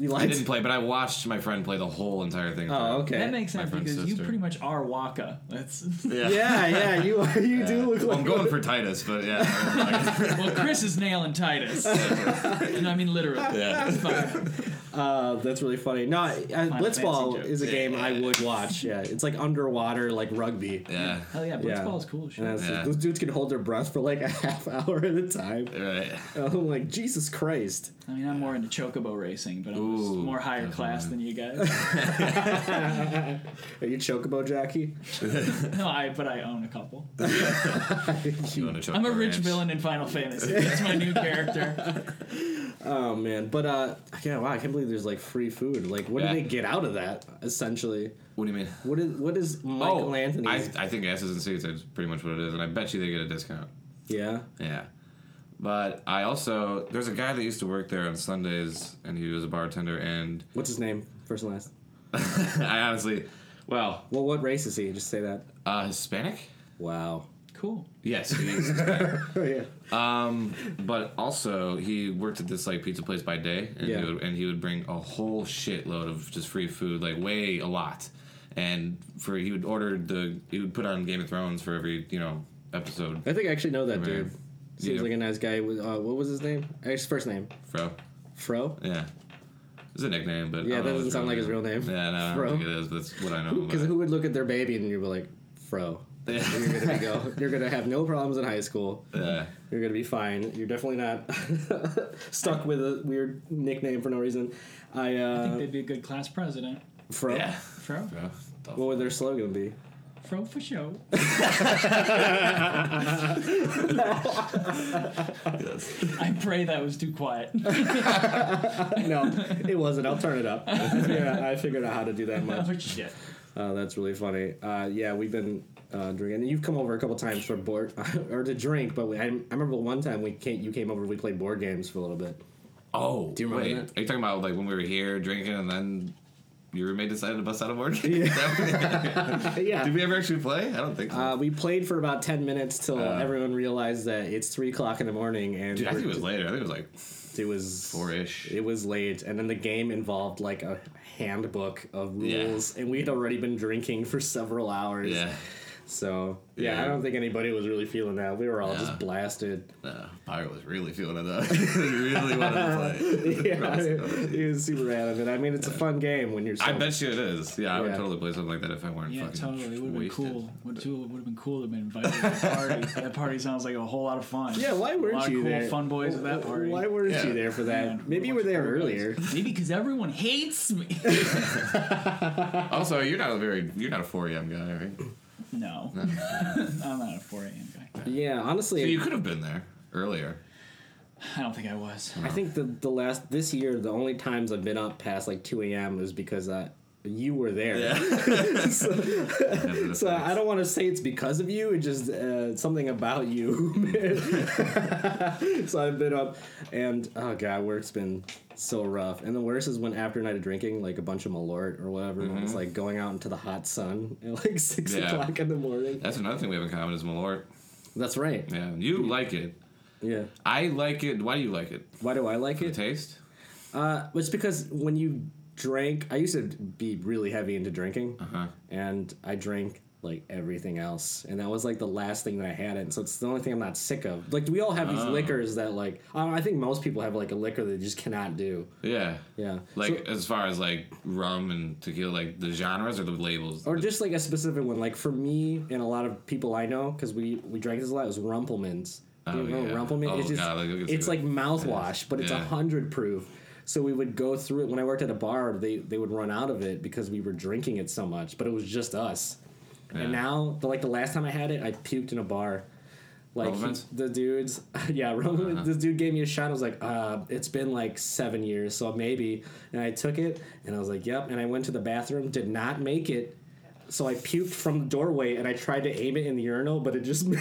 Speaker 2: You
Speaker 1: I
Speaker 2: lied.
Speaker 1: didn't play, but I watched my friend play the whole entire thing.
Speaker 2: Oh okay.
Speaker 3: That makes
Speaker 1: My
Speaker 3: sense
Speaker 1: friend's
Speaker 3: because you
Speaker 1: sister.
Speaker 3: pretty much are Waka. That's
Speaker 1: yeah.
Speaker 2: yeah, yeah. You you do look
Speaker 1: Well, I'm
Speaker 2: like.
Speaker 1: going for Titus, but yeah.
Speaker 3: well, Chris is nailing Titus. no, I mean literally.
Speaker 1: yeah.
Speaker 2: Uh, that's really funny. No, uh, Blitzball
Speaker 3: Fantasy
Speaker 2: is a game I would watch. Yeah, it's like underwater, like rugby.
Speaker 1: Yeah.
Speaker 3: Hell yeah,
Speaker 2: Yeah.
Speaker 3: blitzball is cool as shit.
Speaker 2: And it's-
Speaker 1: Yeah.
Speaker 2: Those dudes can hold their breath for like a half hour at a time.
Speaker 1: Right.
Speaker 2: I'm like, Jesus Christ.
Speaker 3: I mean, I'm more into chocobo racing, but I'm just
Speaker 1: Ooh,
Speaker 3: more higher class than you guys.
Speaker 2: Are you chocobo jockey?
Speaker 3: no, I but I own a couple.
Speaker 1: You wanna choke
Speaker 3: I'm a
Speaker 1: the
Speaker 3: rich
Speaker 1: ranch.
Speaker 3: villain in Final Fantasy. That's my new character.
Speaker 2: Oh man, but uh, yeah, wow, I can't believe there's like free food. Like, what
Speaker 1: Yeah.
Speaker 2: do they get out of that? Essentially,
Speaker 1: What do you mean?
Speaker 2: what is what is Michael
Speaker 1: oh,
Speaker 2: Anthony's?
Speaker 1: I, I think asses and seats is pretty much what it is, and I bet you they get a discount.
Speaker 2: yeah,
Speaker 1: Yeah. But I also there's a guy that used to work there on Sundays, and he was a bartender, and
Speaker 2: What's his name? First and last.
Speaker 1: I honestly, well,
Speaker 2: Well, what race is he? Just say that.
Speaker 1: uh, Hispanic.
Speaker 2: Wow.
Speaker 3: Cool.
Speaker 1: Yes, he is.
Speaker 2: Oh yeah.
Speaker 1: But also, he worked at this like pizza place by day, and,
Speaker 2: Yeah.
Speaker 1: he, would, and he would bring a whole shitload of just free food, like way a lot. And for he would order the he would put on Game of Thrones for every you know episode.
Speaker 2: I think I actually know that
Speaker 1: Yeah.
Speaker 2: dude. Seems
Speaker 1: Yeah.
Speaker 2: like a nice guy. With uh, what was his name? Uh, His first name,
Speaker 1: Fro,
Speaker 2: Fro.
Speaker 1: yeah, it's a nickname, but I
Speaker 2: Yeah,
Speaker 1: don't
Speaker 2: that
Speaker 1: know
Speaker 2: doesn't
Speaker 1: his
Speaker 2: sound like his real name.
Speaker 1: Yeah, no, I
Speaker 2: Fro.
Speaker 1: don't think it is, but that's what I know.
Speaker 2: Because
Speaker 1: about
Speaker 2: who would look at their baby and you'd be like, Fro?
Speaker 1: it.
Speaker 2: You're gonna be go. You're gonna have no problems in high school.
Speaker 1: yeah,
Speaker 2: You're gonna be fine. You're definitely not stuck with a weird nickname for no reason. I
Speaker 3: I think
Speaker 2: uh,
Speaker 3: they'd be a good class president.
Speaker 2: Fro.
Speaker 1: yeah.
Speaker 3: Fro,
Speaker 1: Fro.
Speaker 2: What would their slogan be?
Speaker 3: fro for show. I pray that was too quiet.
Speaker 2: No, it wasn't. I'll turn it up. yeah, I figured out how to do that much.
Speaker 3: oh shit.
Speaker 2: Uh, that's really funny. Uh, yeah, we've been uh, drinking. And you've come over a couple times for board or to drink, but we, I, I remember one time we came, you came over. We played board games for a little bit.
Speaker 1: Oh,
Speaker 2: Do you remember
Speaker 1: wait,
Speaker 2: that?
Speaker 1: are you talking about like when we were here drinking and then? Your roommate decided to bust out of work. Did
Speaker 2: yeah.
Speaker 1: we ever actually play? I don't think so.
Speaker 2: Uh, we played for about ten minutes till
Speaker 1: Uh.
Speaker 2: everyone realized that it's three o'clock in the morning, and
Speaker 1: Dude, I think it
Speaker 2: we're-
Speaker 1: was later. I think it was like
Speaker 2: it was
Speaker 1: four-ish.
Speaker 2: It was late, and then the game involved like a handbook of
Speaker 1: Yeah.
Speaker 2: rules, and we had already been drinking for several hours.
Speaker 1: Yeah.
Speaker 2: So yeah, I don't think anybody was really feeling that. We were all
Speaker 1: Yeah.
Speaker 2: just blasted.
Speaker 1: Uh, Pyro was really feeling it though. he really wanted to play.
Speaker 2: Yeah, he was super adamant. I mean, it's a fun game when you're.
Speaker 1: I
Speaker 2: sober.
Speaker 1: bet you it is. Yeah, I would
Speaker 2: Yeah.
Speaker 1: totally play something like that if I weren't
Speaker 3: Yeah,
Speaker 1: fucking
Speaker 3: totally. It would have been
Speaker 1: wasted.
Speaker 3: cool. Would would have been cool to have been invited to that party. that party sounds like a whole lot of fun.
Speaker 2: Yeah, why
Speaker 3: a lot
Speaker 2: weren't
Speaker 3: of
Speaker 2: you
Speaker 3: cool
Speaker 2: there?
Speaker 3: Fun boys at that party.
Speaker 2: Why weren't
Speaker 1: Yeah.
Speaker 2: you there for that?
Speaker 3: Man,
Speaker 2: Maybe you were
Speaker 3: bunch of
Speaker 2: there
Speaker 3: cool guys.
Speaker 2: earlier.
Speaker 3: Maybe because everyone hates me.
Speaker 1: Also, you're not a very you're not a 4am guy, right?
Speaker 3: no, I'm not a 4 a.m. guy.
Speaker 2: Yeah, honestly,
Speaker 1: So you could have been there earlier.
Speaker 3: I don't think I was.
Speaker 2: I think the the last this year, the only times I've been up past like two a.m. is because I. You were there, so I don't want to say it's because of you. It's just uh, something about you. so I've been up, and oh god, work's been so rough. And the worst is when after a night of drinking, like a bunch of Malort or whatever, and it's like going out into the hot sun at like six
Speaker 1: Yeah.
Speaker 2: o'clock in the morning.
Speaker 1: That's another thing we have in common is Malort.
Speaker 2: That's right.
Speaker 1: Yeah, you like it.
Speaker 2: Yeah.
Speaker 1: I like it. Why do you like it?
Speaker 2: Why do I like
Speaker 1: The
Speaker 2: it?
Speaker 1: taste?
Speaker 2: Uh, it's because when you drank, I used to be really heavy into drinking, and I drank like everything else, and that was like the last thing that I had. And so it's the only thing I'm not sick of. Like we all have these liquors that like I, don't know, I think most people have like a liquor they just cannot do.
Speaker 1: Yeah.
Speaker 2: Yeah,
Speaker 1: Like as far as like rum and tequila, like the genres or the labels.
Speaker 2: or just like a specific one. Like for me and a lot of people I know, because we we drank this a lot, it was Rumpelmans.
Speaker 1: Oh,
Speaker 2: you know
Speaker 1: yeah.
Speaker 2: Rumpelman?
Speaker 1: Oh,
Speaker 2: it's just,
Speaker 1: God, like, look at
Speaker 2: it's
Speaker 1: that.
Speaker 2: like mouthwash, but it's a
Speaker 1: Yeah.
Speaker 2: hundred proof. So we would go through it. When I worked at a bar, they they would run out of it because we were drinking it so much, but it was just us.
Speaker 1: Yeah.
Speaker 2: And now, the, like the last time I had it, I puked in a bar. Like he-
Speaker 1: Rumpelmans? Uh-huh.
Speaker 2: the dudes, yeah, Rumpelman, this dude gave me a shot. I was like, uh, it's been like seven years, so maybe. And I took it, and I was like, yep. And I went to the bathroom, did not make it. So I puked from the doorway, and I tried to aim it in the urinal, but it just made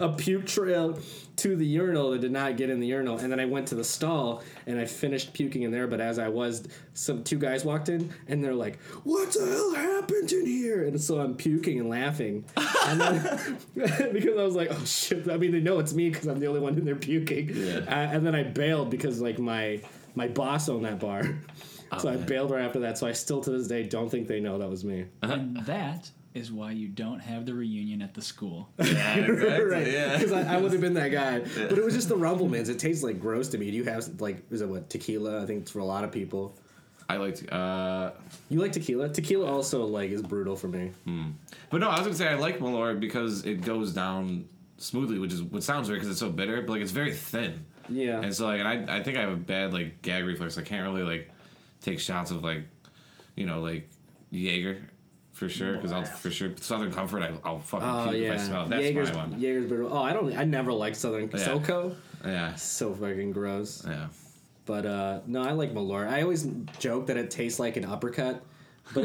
Speaker 2: a puke trail to the urinal that did not get in the urinal. And then I went to the stall, and I finished puking in there. But as I was, some two guys walked in, and they're like, "What the hell happened in here?" And so I'm puking and laughing, and then, because I was like, "Oh shit!" I mean, they know it's me because I'm the only one in there puking. Uh, and then I bailed because like my my boss owned that bar. So I bailed right after that. So I still to this day don't think they know that was me.
Speaker 3: And that is why you don't have the reunion at the school.
Speaker 1: yeah, exactly.
Speaker 2: right?
Speaker 1: Yeah.
Speaker 2: Because I, I would have been that guy. But it was just the Rumblemans. It tastes like gross to me. Do you have like is it what tequila? I think it's for a lot of people.
Speaker 1: I liked. Uh,
Speaker 2: You like tequila? Tequila also like is brutal for me.
Speaker 1: but no, I was gonna say I like Malort because it goes down smoothly, which is what sounds weird because it's so bitter, but like it's very thin.
Speaker 2: Yeah.
Speaker 1: And so like, and I I think I have a bad like gag reflex. I can't really like take shots of like, you know, like Jaeger for sure because I'll for sure Southern Comfort. I, I'll fucking
Speaker 2: Oh
Speaker 1: puke
Speaker 2: yeah,
Speaker 1: if I smell. it. That's
Speaker 2: Jaeger's,
Speaker 1: my one.
Speaker 2: Jaeger's brutal. Oh, I don't. I never liked Southern
Speaker 1: Yeah.
Speaker 2: SoCo.
Speaker 1: Yeah.
Speaker 2: So fucking gross.
Speaker 1: Yeah.
Speaker 2: But uh no, I like Malort. I always joke that it tastes like an uppercut, but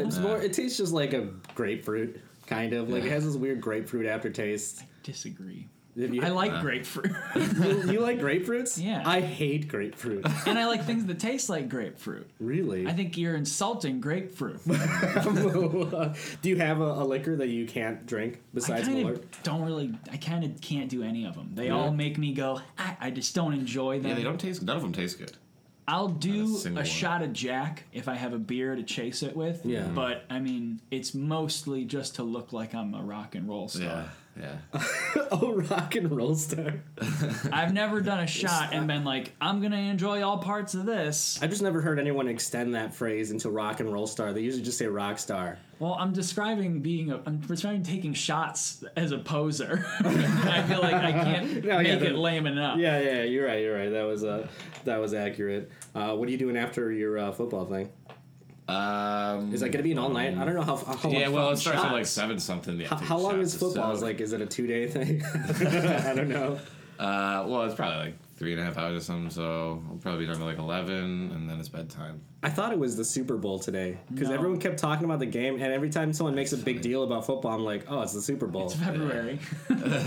Speaker 2: it's more. It tastes just like a grapefruit, kind of. Like it has this weird grapefruit aftertaste.
Speaker 3: Disagree.
Speaker 2: If you-
Speaker 3: I like grapefruit,
Speaker 2: you, you like grapefruits?
Speaker 3: Yeah.
Speaker 2: I hate grapefruit.
Speaker 3: and I like things that taste like grapefruit.
Speaker 2: Really?
Speaker 3: I think you're insulting grapefruit.
Speaker 2: Do you have a, a liquor that you can't drink
Speaker 3: I
Speaker 2: besides
Speaker 3: kind
Speaker 2: Malort?
Speaker 3: of don't really. I kind of can't do any of them. They all make me go. I, I just don't enjoy them.
Speaker 1: Yeah. They don't taste. None of them taste good.
Speaker 3: I'll do a,
Speaker 1: single one.
Speaker 3: shot of Jack if I have a beer to chase it with.
Speaker 2: Yeah.
Speaker 3: But I mean, it's mostly just to look like I'm a rock and roll star.
Speaker 1: Yeah. Yeah.
Speaker 2: Oh, rock and roll star.
Speaker 3: I've never done a shot and been like, I'm gonna enjoy all parts of this.
Speaker 2: I've just never heard anyone extend that phrase into rock and roll star. They usually just say rock star.
Speaker 3: Well, I'm describing being a, I'm describing taking shots as a poser. I feel like I can't
Speaker 2: No, yeah,
Speaker 3: make it
Speaker 2: the-
Speaker 3: lame enough.
Speaker 2: Yeah, yeah, you're right, you're right. That was uh, that was accurate. Uh, what are you doing after your uh, football thing?
Speaker 1: Um,
Speaker 2: Is that going to be an all night? I don't know how. how, how
Speaker 1: yeah,
Speaker 2: long
Speaker 1: well, it
Speaker 2: fucking
Speaker 1: starts at like
Speaker 2: shots.
Speaker 1: seven something. Yeah,
Speaker 2: How,
Speaker 1: take
Speaker 2: how long
Speaker 1: shots
Speaker 2: is
Speaker 1: to
Speaker 2: football? Is
Speaker 1: seven.
Speaker 2: like, is it a two day thing? I don't know.
Speaker 1: uh, well, it's probably like three and a half hours or something. So I'll probably be done by like eleven, and then it's bedtime.
Speaker 2: I thought it was the Super Bowl today because
Speaker 3: No.
Speaker 2: everyone kept talking about the game, and every time someone makes a big deal about football, I'm like, oh, it's the Super Bowl.
Speaker 3: It's February.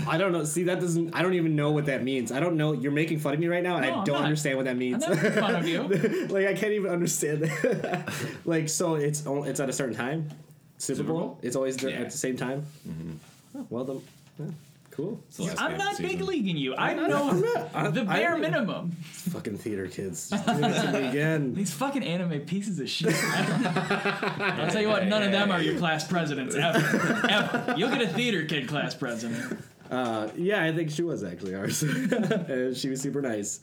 Speaker 2: I don't know. See, that doesn't. I don't even know what that means. I don't know. You're making fun of me right now, and
Speaker 3: No,
Speaker 2: I
Speaker 3: I'm
Speaker 2: don't
Speaker 3: not.
Speaker 2: understand what that
Speaker 3: I'm
Speaker 2: means.
Speaker 3: not making fun of you.
Speaker 2: like, I can't even understand that. like, so it's on- it's at a certain time. Super, Bowl? Mm-hmm. It's always dur-
Speaker 1: Yeah.
Speaker 2: at the same time. Oh, well, the, yeah. Cool.
Speaker 1: It's the last game
Speaker 3: I'm
Speaker 1: of the
Speaker 3: not
Speaker 1: season.
Speaker 3: big leaguing you. I know the bare
Speaker 2: I-
Speaker 3: minimum.
Speaker 2: Fucking theater kids. Just doing it to me again.
Speaker 3: These fucking anime pieces of shit. I'll tell you what,
Speaker 1: hey,
Speaker 3: none of them
Speaker 1: hey.
Speaker 3: are your class presidents ever. ever. You'll get a theater kid class president.
Speaker 2: Uh, yeah, I think she was actually ours. And she was super nice.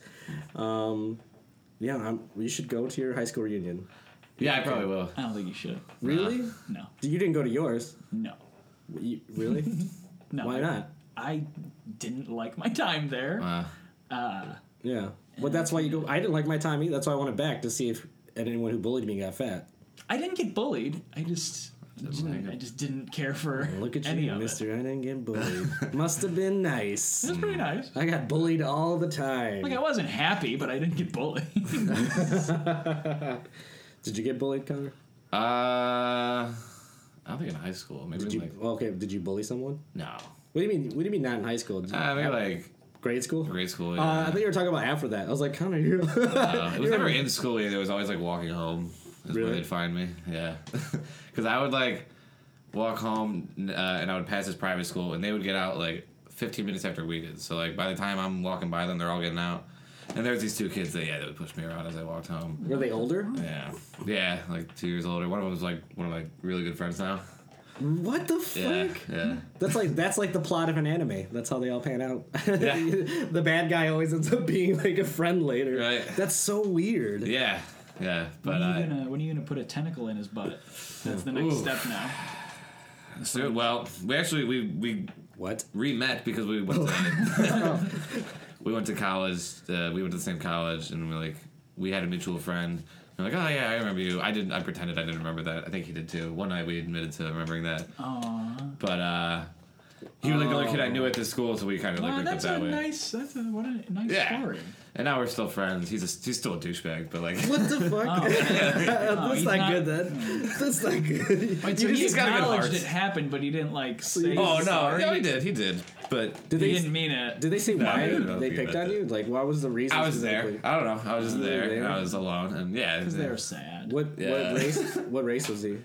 Speaker 2: Um, yeah, I'm, you should go to your high school reunion.
Speaker 1: Yeah, I probably will.
Speaker 3: I don't think you should.
Speaker 2: Really?
Speaker 3: No,
Speaker 2: You didn't go to yours.
Speaker 3: no,
Speaker 2: You, really?
Speaker 3: no.
Speaker 2: Why not?
Speaker 3: I didn't like my time there.
Speaker 1: Uh,
Speaker 2: Yeah. But that's why you go. I didn't like my time either. That's why I went back to see if anyone who bullied me got fat.
Speaker 3: I didn't get bullied. I just, didn't, I just didn't care for
Speaker 2: Look at
Speaker 3: any
Speaker 2: you,
Speaker 3: of it.
Speaker 2: mister. I didn't get bullied. Must have been nice.
Speaker 3: It was pretty nice.
Speaker 2: I got bullied all the time.
Speaker 3: Like I wasn't happy, but I didn't get bullied.
Speaker 2: Did you get bullied, Connor?
Speaker 1: uh, I don't think in high school. Maybe
Speaker 2: Did you,
Speaker 1: like
Speaker 2: well, okay, did you bully someone?
Speaker 1: no.
Speaker 2: What do you mean? What do you mean not in high school? Did you-
Speaker 1: Uh, maybe like
Speaker 2: grade school?
Speaker 1: grade school. Yeah.
Speaker 2: Uh, I thought you were talking about after that. I was like, Connor, you.
Speaker 1: Uh, it was never in school either. It was always like walking home. Is
Speaker 2: Really?
Speaker 1: where they'd find me. Yeah, because I would like walk home n- uh, and I would pass this private school, and they would get out like 15 minutes after we did. So like by the time I'm walking by them, they're all getting out. And there's these two kids that yeah, that would push me around as I walked home.
Speaker 2: Were they older?
Speaker 1: Yeah, yeah, like two years older. One of them was like one of my really good friends now.
Speaker 2: What the fuck?
Speaker 1: Yeah, yeah.
Speaker 2: That's like that's like the plot of an anime. That's how they all pan out.
Speaker 1: Yeah.
Speaker 2: the bad guy always ends up being like a friend later.
Speaker 1: Right.
Speaker 2: That's so weird.
Speaker 1: Yeah, yeah. But
Speaker 3: when, are
Speaker 1: uh,
Speaker 3: you gonna, when are you gonna put a tentacle in his butt? That's the next
Speaker 1: Ooh.
Speaker 3: step now.
Speaker 1: so, well, we actually we we
Speaker 2: What?
Speaker 1: re-met because we went to we went to college. Uh, we went to the same college, and we like we had a mutual friend. We're like, oh yeah, I remember you. I didn't. I pretended I didn't remember that. I think he did too. One night we admitted to remembering that. But uh, he was like the other kid I knew at this school, so we kind of like
Speaker 3: Oh. Wow,
Speaker 1: linked up
Speaker 3: that's
Speaker 1: that
Speaker 3: a
Speaker 1: way.
Speaker 3: nice. That's a what a nice
Speaker 1: Yeah.
Speaker 3: story.
Speaker 1: and now we're still friends. He's a, he's still a douchebag, but like
Speaker 2: What the fuck?
Speaker 1: Oh,
Speaker 2: that's
Speaker 3: he's
Speaker 2: not,
Speaker 3: not-
Speaker 2: good
Speaker 1: Hmm.
Speaker 2: then. That's not good.
Speaker 3: Wait,
Speaker 1: You
Speaker 3: so he
Speaker 1: just gotta get
Speaker 3: acknowledged
Speaker 1: hearts.
Speaker 3: it happened, but he didn't like say.
Speaker 1: oh
Speaker 3: he's
Speaker 1: no,
Speaker 3: sorry.
Speaker 1: no, he did, he did. But
Speaker 2: Did
Speaker 3: He
Speaker 2: they
Speaker 3: didn't mean it.
Speaker 2: did they say
Speaker 1: No,
Speaker 2: why
Speaker 1: they don't
Speaker 2: they
Speaker 1: be
Speaker 2: picked
Speaker 1: about
Speaker 2: on you? Like what was the reason?
Speaker 1: I was there.
Speaker 2: specifically?
Speaker 1: I don't know. I was just
Speaker 2: You were
Speaker 1: there.
Speaker 2: there?
Speaker 1: And I was alone, and yeah,
Speaker 3: Because they were sad.
Speaker 2: What
Speaker 1: Yeah.
Speaker 2: what race what race was he?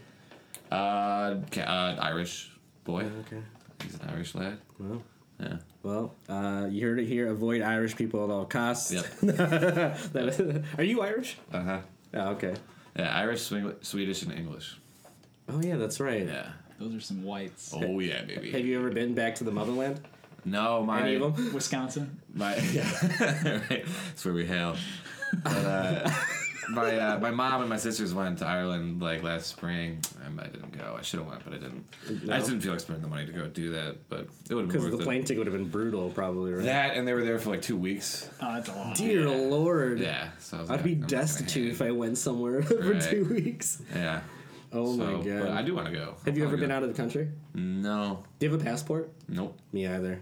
Speaker 1: Uh, ca- uh, Irish boy.
Speaker 3: Uh-huh.
Speaker 2: Okay.
Speaker 1: He's an Irish lad.
Speaker 2: Well.
Speaker 1: Yeah.
Speaker 2: Well, uh, you heard it here. Avoid Irish people at all costs.
Speaker 1: Yep.
Speaker 2: That- Are you Irish?
Speaker 1: Uh huh.
Speaker 2: Oh, okay.
Speaker 1: Yeah, Irish, Swing- Swedish, and English.
Speaker 2: Oh yeah, that's right.
Speaker 1: Yeah.
Speaker 3: Those are some whites.
Speaker 1: Oh yeah, baby.
Speaker 2: Have you ever been back to the motherland?
Speaker 1: no, my
Speaker 2: Any of them?
Speaker 3: Wisconsin.
Speaker 1: my yeah, right. That's where we hail. But, uh, my uh, my mom and my sisters went to Ireland like last spring. Um, I didn't go. I should have went, but I didn't. I just didn't feel like spending the money to go do that. But it would have been
Speaker 2: Because
Speaker 1: worth
Speaker 2: the
Speaker 1: it.
Speaker 2: plane ticket would have been brutal, probably. Right?
Speaker 1: That and they were there for like two weeks.
Speaker 3: Oh, that's a lot.
Speaker 2: Dear Lord.
Speaker 1: Yeah. So I was
Speaker 2: I'd
Speaker 1: like,
Speaker 2: be
Speaker 1: I'm not gonna
Speaker 2: destitute
Speaker 1: hang.
Speaker 2: if I went somewhere for
Speaker 1: Right.
Speaker 2: two weeks.
Speaker 1: Yeah.
Speaker 2: Oh
Speaker 1: so,
Speaker 2: my god.
Speaker 1: But I do want to go.
Speaker 2: Have you ever been out of the country?
Speaker 1: No.
Speaker 2: Do you have a passport?
Speaker 1: Nope.
Speaker 2: Me either.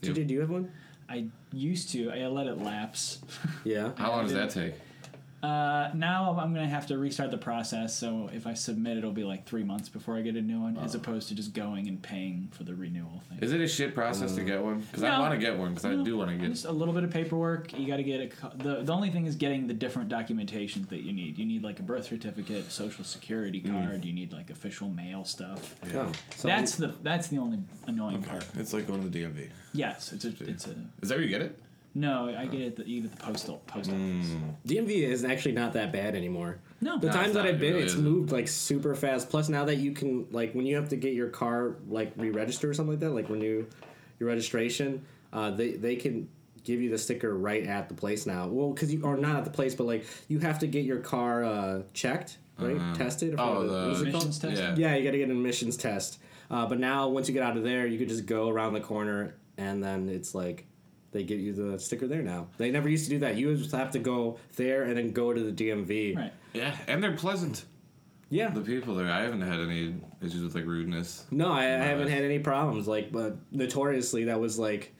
Speaker 1: Yep.
Speaker 2: TJ, do you have one?
Speaker 3: I used to. I let it lapse.
Speaker 2: Yeah.
Speaker 1: How long does that take?
Speaker 3: Uh, now I'm gonna have to restart the process. So if I submit, it'll be like three months before I get a new one,
Speaker 1: Oh.
Speaker 3: as opposed to just going and paying for the renewal thing.
Speaker 1: Is it a shit process to get one? Because I
Speaker 3: No.
Speaker 1: want to get one because I do want to get.
Speaker 3: Just a little bit of paperwork. You got to get a. co- The, the only thing is getting the different documentation that you need. You need like a birth certificate, social security
Speaker 1: Mm.
Speaker 3: card. You need like official mail stuff.
Speaker 2: Oh, so
Speaker 3: that's the that's the only annoying part.
Speaker 1: It's like going to the DMV.
Speaker 3: Yes, it's a it's a
Speaker 1: Is that where you get it?
Speaker 3: no. I get it. The, either the postal post office.
Speaker 1: Mm.
Speaker 2: DMV is actually not that bad anymore.
Speaker 3: No,
Speaker 2: The times
Speaker 1: it's
Speaker 2: that
Speaker 1: not.
Speaker 2: I've
Speaker 1: It
Speaker 2: been,
Speaker 1: really
Speaker 2: it's
Speaker 1: isn't.
Speaker 2: moved like super fast. Plus, now that you can like when you have to get your car like re-register or something like that, like renew your registration, uh, they they can give you the sticker right at the place now. Well, because you are not at the place, but like you have to get your car uh, checked, right, tested. or
Speaker 1: Oh,
Speaker 2: whatever.
Speaker 1: the-
Speaker 2: What is it called?
Speaker 3: emissions test.
Speaker 1: Yeah.
Speaker 2: Yeah, you got to get an emissions test. Uh, but now, once you get out of there, you could just go around the corner, and then it's like they give you the sticker there now. They never used to do that. You just have to go there and then go to the DMV.
Speaker 3: Right.
Speaker 1: Yeah, and they're pleasant.
Speaker 2: Yeah.
Speaker 1: The people there, I haven't had any issues with like rudeness.
Speaker 2: No, I, I haven't had any problems. Like, but notoriously, that was like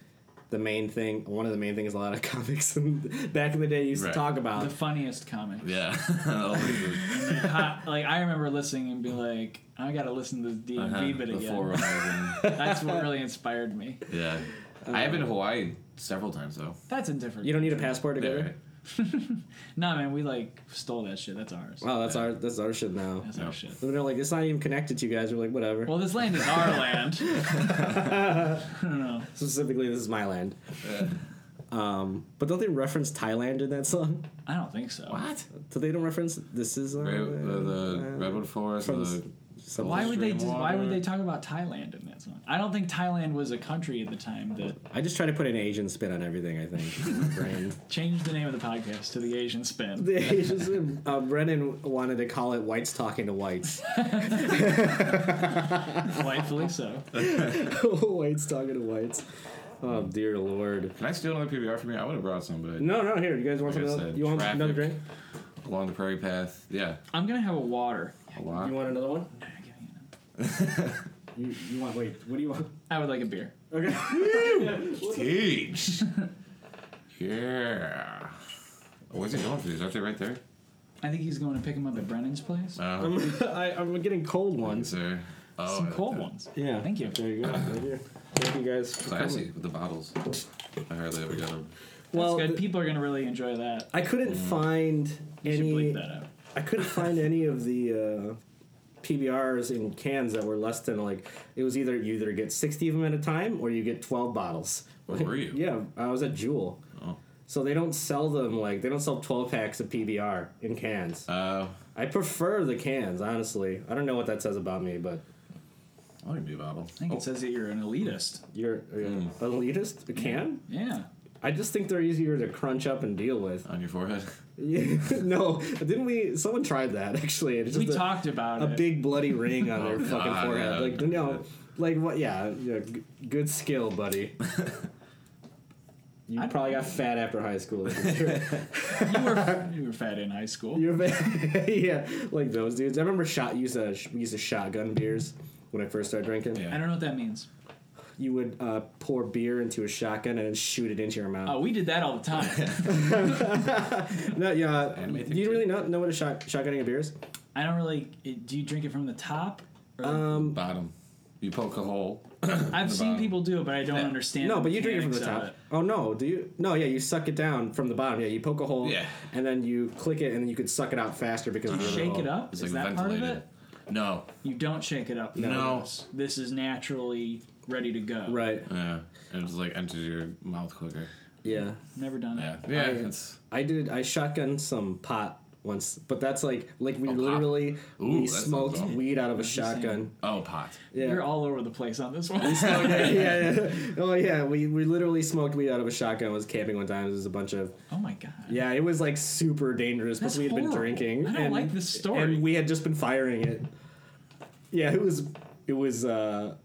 Speaker 2: the main thing. One of the main things a lot of comics in, back in the day used
Speaker 1: Right.
Speaker 2: to talk
Speaker 3: The
Speaker 2: about.
Speaker 3: funniest comic.
Speaker 1: Yeah. Always the-
Speaker 3: I, like I remember listening and be like, I got to listen to this D and
Speaker 1: uh-huh,
Speaker 3: V bit
Speaker 1: the
Speaker 3: again.
Speaker 1: four hours
Speaker 3: That's what really inspired me.
Speaker 1: and- Yeah. I have been to Hawaii several times though.
Speaker 3: That's indifferent.
Speaker 2: You don't need a passport to go
Speaker 1: There.
Speaker 2: there.
Speaker 3: Nah, man, we like stole that shit. That's ours.
Speaker 2: Oh, that's our that's our shit now.
Speaker 3: That's our shit.
Speaker 2: They're like, it's not even connected to you guys. We're like, whatever.
Speaker 3: Well, this land is our land.
Speaker 2: Specifically, this is my land. um, but don't they reference Thailand in that song?
Speaker 3: I don't think so. What?
Speaker 2: So they don't reference this is uh,
Speaker 1: Ra- the, the
Speaker 2: uh,
Speaker 1: redwood forest.
Speaker 2: from
Speaker 1: The,
Speaker 2: something.
Speaker 3: Why would they?
Speaker 1: Stream
Speaker 3: Why would
Speaker 1: water.
Speaker 3: they talk about Thailand in that song? I don't think Thailand was a country at the time that
Speaker 2: I just try to put an Asian spin on everything. I think. Brain.
Speaker 3: changed the name of the podcast to the Asian Spin.
Speaker 2: The Asians, uh, Brennan wanted to call it whites talking to whites.
Speaker 3: Rightfully so.
Speaker 2: whites talking to whites. Oh dear lord.
Speaker 1: can I steal another PBR from you? I would have brought some, but
Speaker 2: No, no, here. You guys want
Speaker 1: Like I
Speaker 2: something? else?
Speaker 1: said,
Speaker 2: You want
Speaker 1: traffic.
Speaker 2: another drink?
Speaker 1: along the prairie path. Yeah,
Speaker 3: I'm gonna have a water.
Speaker 1: a lot.
Speaker 2: You want another one? You, you want? Wait, what do you want?
Speaker 3: I would like a beer.
Speaker 2: Okay.
Speaker 1: Teach. yeah. Oh, where's he going for these? Aren't they right there?
Speaker 3: I think he's going to pick him up at Brennan's place.
Speaker 1: Oh,
Speaker 2: I, I'm getting cold ones.
Speaker 1: sir. Oh,
Speaker 3: Uh-huh. Some
Speaker 1: uh,
Speaker 3: cold ones.
Speaker 2: Yeah.
Speaker 3: Thank you.
Speaker 2: There you go. Thank you. Thank you guys. For
Speaker 1: Classy
Speaker 2: coming.
Speaker 1: with the bottles. I hardly ever got them.
Speaker 2: Well,
Speaker 3: That's good.
Speaker 2: th-
Speaker 3: People are gonna really enjoy that.
Speaker 2: I couldn't find
Speaker 3: Mm. You should bleep
Speaker 2: any.
Speaker 3: that out.
Speaker 2: I couldn't find any of the. Uh, PBRs in cans that were less than like it was either you either get sixty of them at a time or you get twelve bottles.
Speaker 1: Where were you?
Speaker 2: Yeah, I was at Jewel.
Speaker 1: Oh.
Speaker 2: So they don't sell them like they don't sell twelve packs of PBR in cans.
Speaker 1: Uh,
Speaker 2: I prefer the cans, honestly. I don't know what that says about me, but
Speaker 1: I want a new bottle.
Speaker 3: I think it says that you're an elitist.
Speaker 2: you're, you're an elitist. A can?
Speaker 3: Mm. Yeah.
Speaker 2: I just think they're easier to crunch up and deal with.
Speaker 1: On your forehead.
Speaker 2: no, didn't we? Someone tried that actually. It's
Speaker 3: We
Speaker 2: just a,
Speaker 3: talked about
Speaker 2: a
Speaker 3: it.
Speaker 2: big bloody ring on their fucking
Speaker 1: Oh, God,
Speaker 2: forehead.
Speaker 1: yeah.
Speaker 2: Like no, like what? Yeah, yeah g- good skill, buddy. You
Speaker 3: I-
Speaker 2: probably got fat after high school.
Speaker 3: you, were, you were fat in high school.
Speaker 2: You're ba- yeah, like those dudes. I remember shot used to we used to shotgun beers when I first started drinking.
Speaker 1: Yeah.
Speaker 3: I don't know what that means.
Speaker 2: You would uh, pour beer into a shotgun and then shoot it into your
Speaker 3: Oh,
Speaker 2: mouth.
Speaker 3: we did that all the time.
Speaker 2: No, yeah.
Speaker 1: Anime
Speaker 2: Do you really not know what a shot shotgunning a beer is?
Speaker 3: I don't really. it- Do you drink it from the top? Or
Speaker 1: Bottom. You poke a hole.
Speaker 3: I've seen
Speaker 1: bottom.
Speaker 3: people do it, but I don't understand.
Speaker 2: No,
Speaker 3: the
Speaker 2: but you drink it from the
Speaker 3: mechanics
Speaker 2: top.
Speaker 3: of
Speaker 2: Oh no, do you? No, yeah, you suck it down from the bottom. Yeah, you poke a hole.
Speaker 1: Yeah.
Speaker 2: And then you click it, and then you could suck it out faster because of
Speaker 3: You
Speaker 2: the other
Speaker 3: shake
Speaker 2: hole.
Speaker 3: it up.
Speaker 1: It's
Speaker 3: is
Speaker 1: like
Speaker 3: that part of
Speaker 1: ventilated.
Speaker 3: it?
Speaker 1: No.
Speaker 3: You don't shake it up.
Speaker 1: No.
Speaker 3: This- This is naturally ready to go.
Speaker 2: Right.
Speaker 1: Yeah. It was like enters your mouth quicker.
Speaker 2: Yeah.
Speaker 3: Never done
Speaker 1: Yeah.
Speaker 3: that.
Speaker 1: Yeah. it's
Speaker 2: I did. I shotgunned some pot once, but that's like like we
Speaker 3: Oh,
Speaker 1: pot.
Speaker 2: literally
Speaker 1: Ooh,
Speaker 2: we
Speaker 1: that sounds
Speaker 2: smoked
Speaker 1: awful.
Speaker 2: weed out of a
Speaker 3: saying.
Speaker 2: shotgun.
Speaker 1: oh pot.
Speaker 2: Yeah.
Speaker 3: You're all over the place on this one.
Speaker 2: yeah, yeah. Oh yeah, we, we literally smoked weed out of a shotgun. I was camping one time. It was a bunch of
Speaker 3: oh my god.
Speaker 2: yeah. It was like super dangerous because
Speaker 3: That's
Speaker 2: we had been
Speaker 3: horrible.
Speaker 2: drinking.
Speaker 3: I don't like this story.
Speaker 2: And we had just been firing it. Yeah, it was it was. uh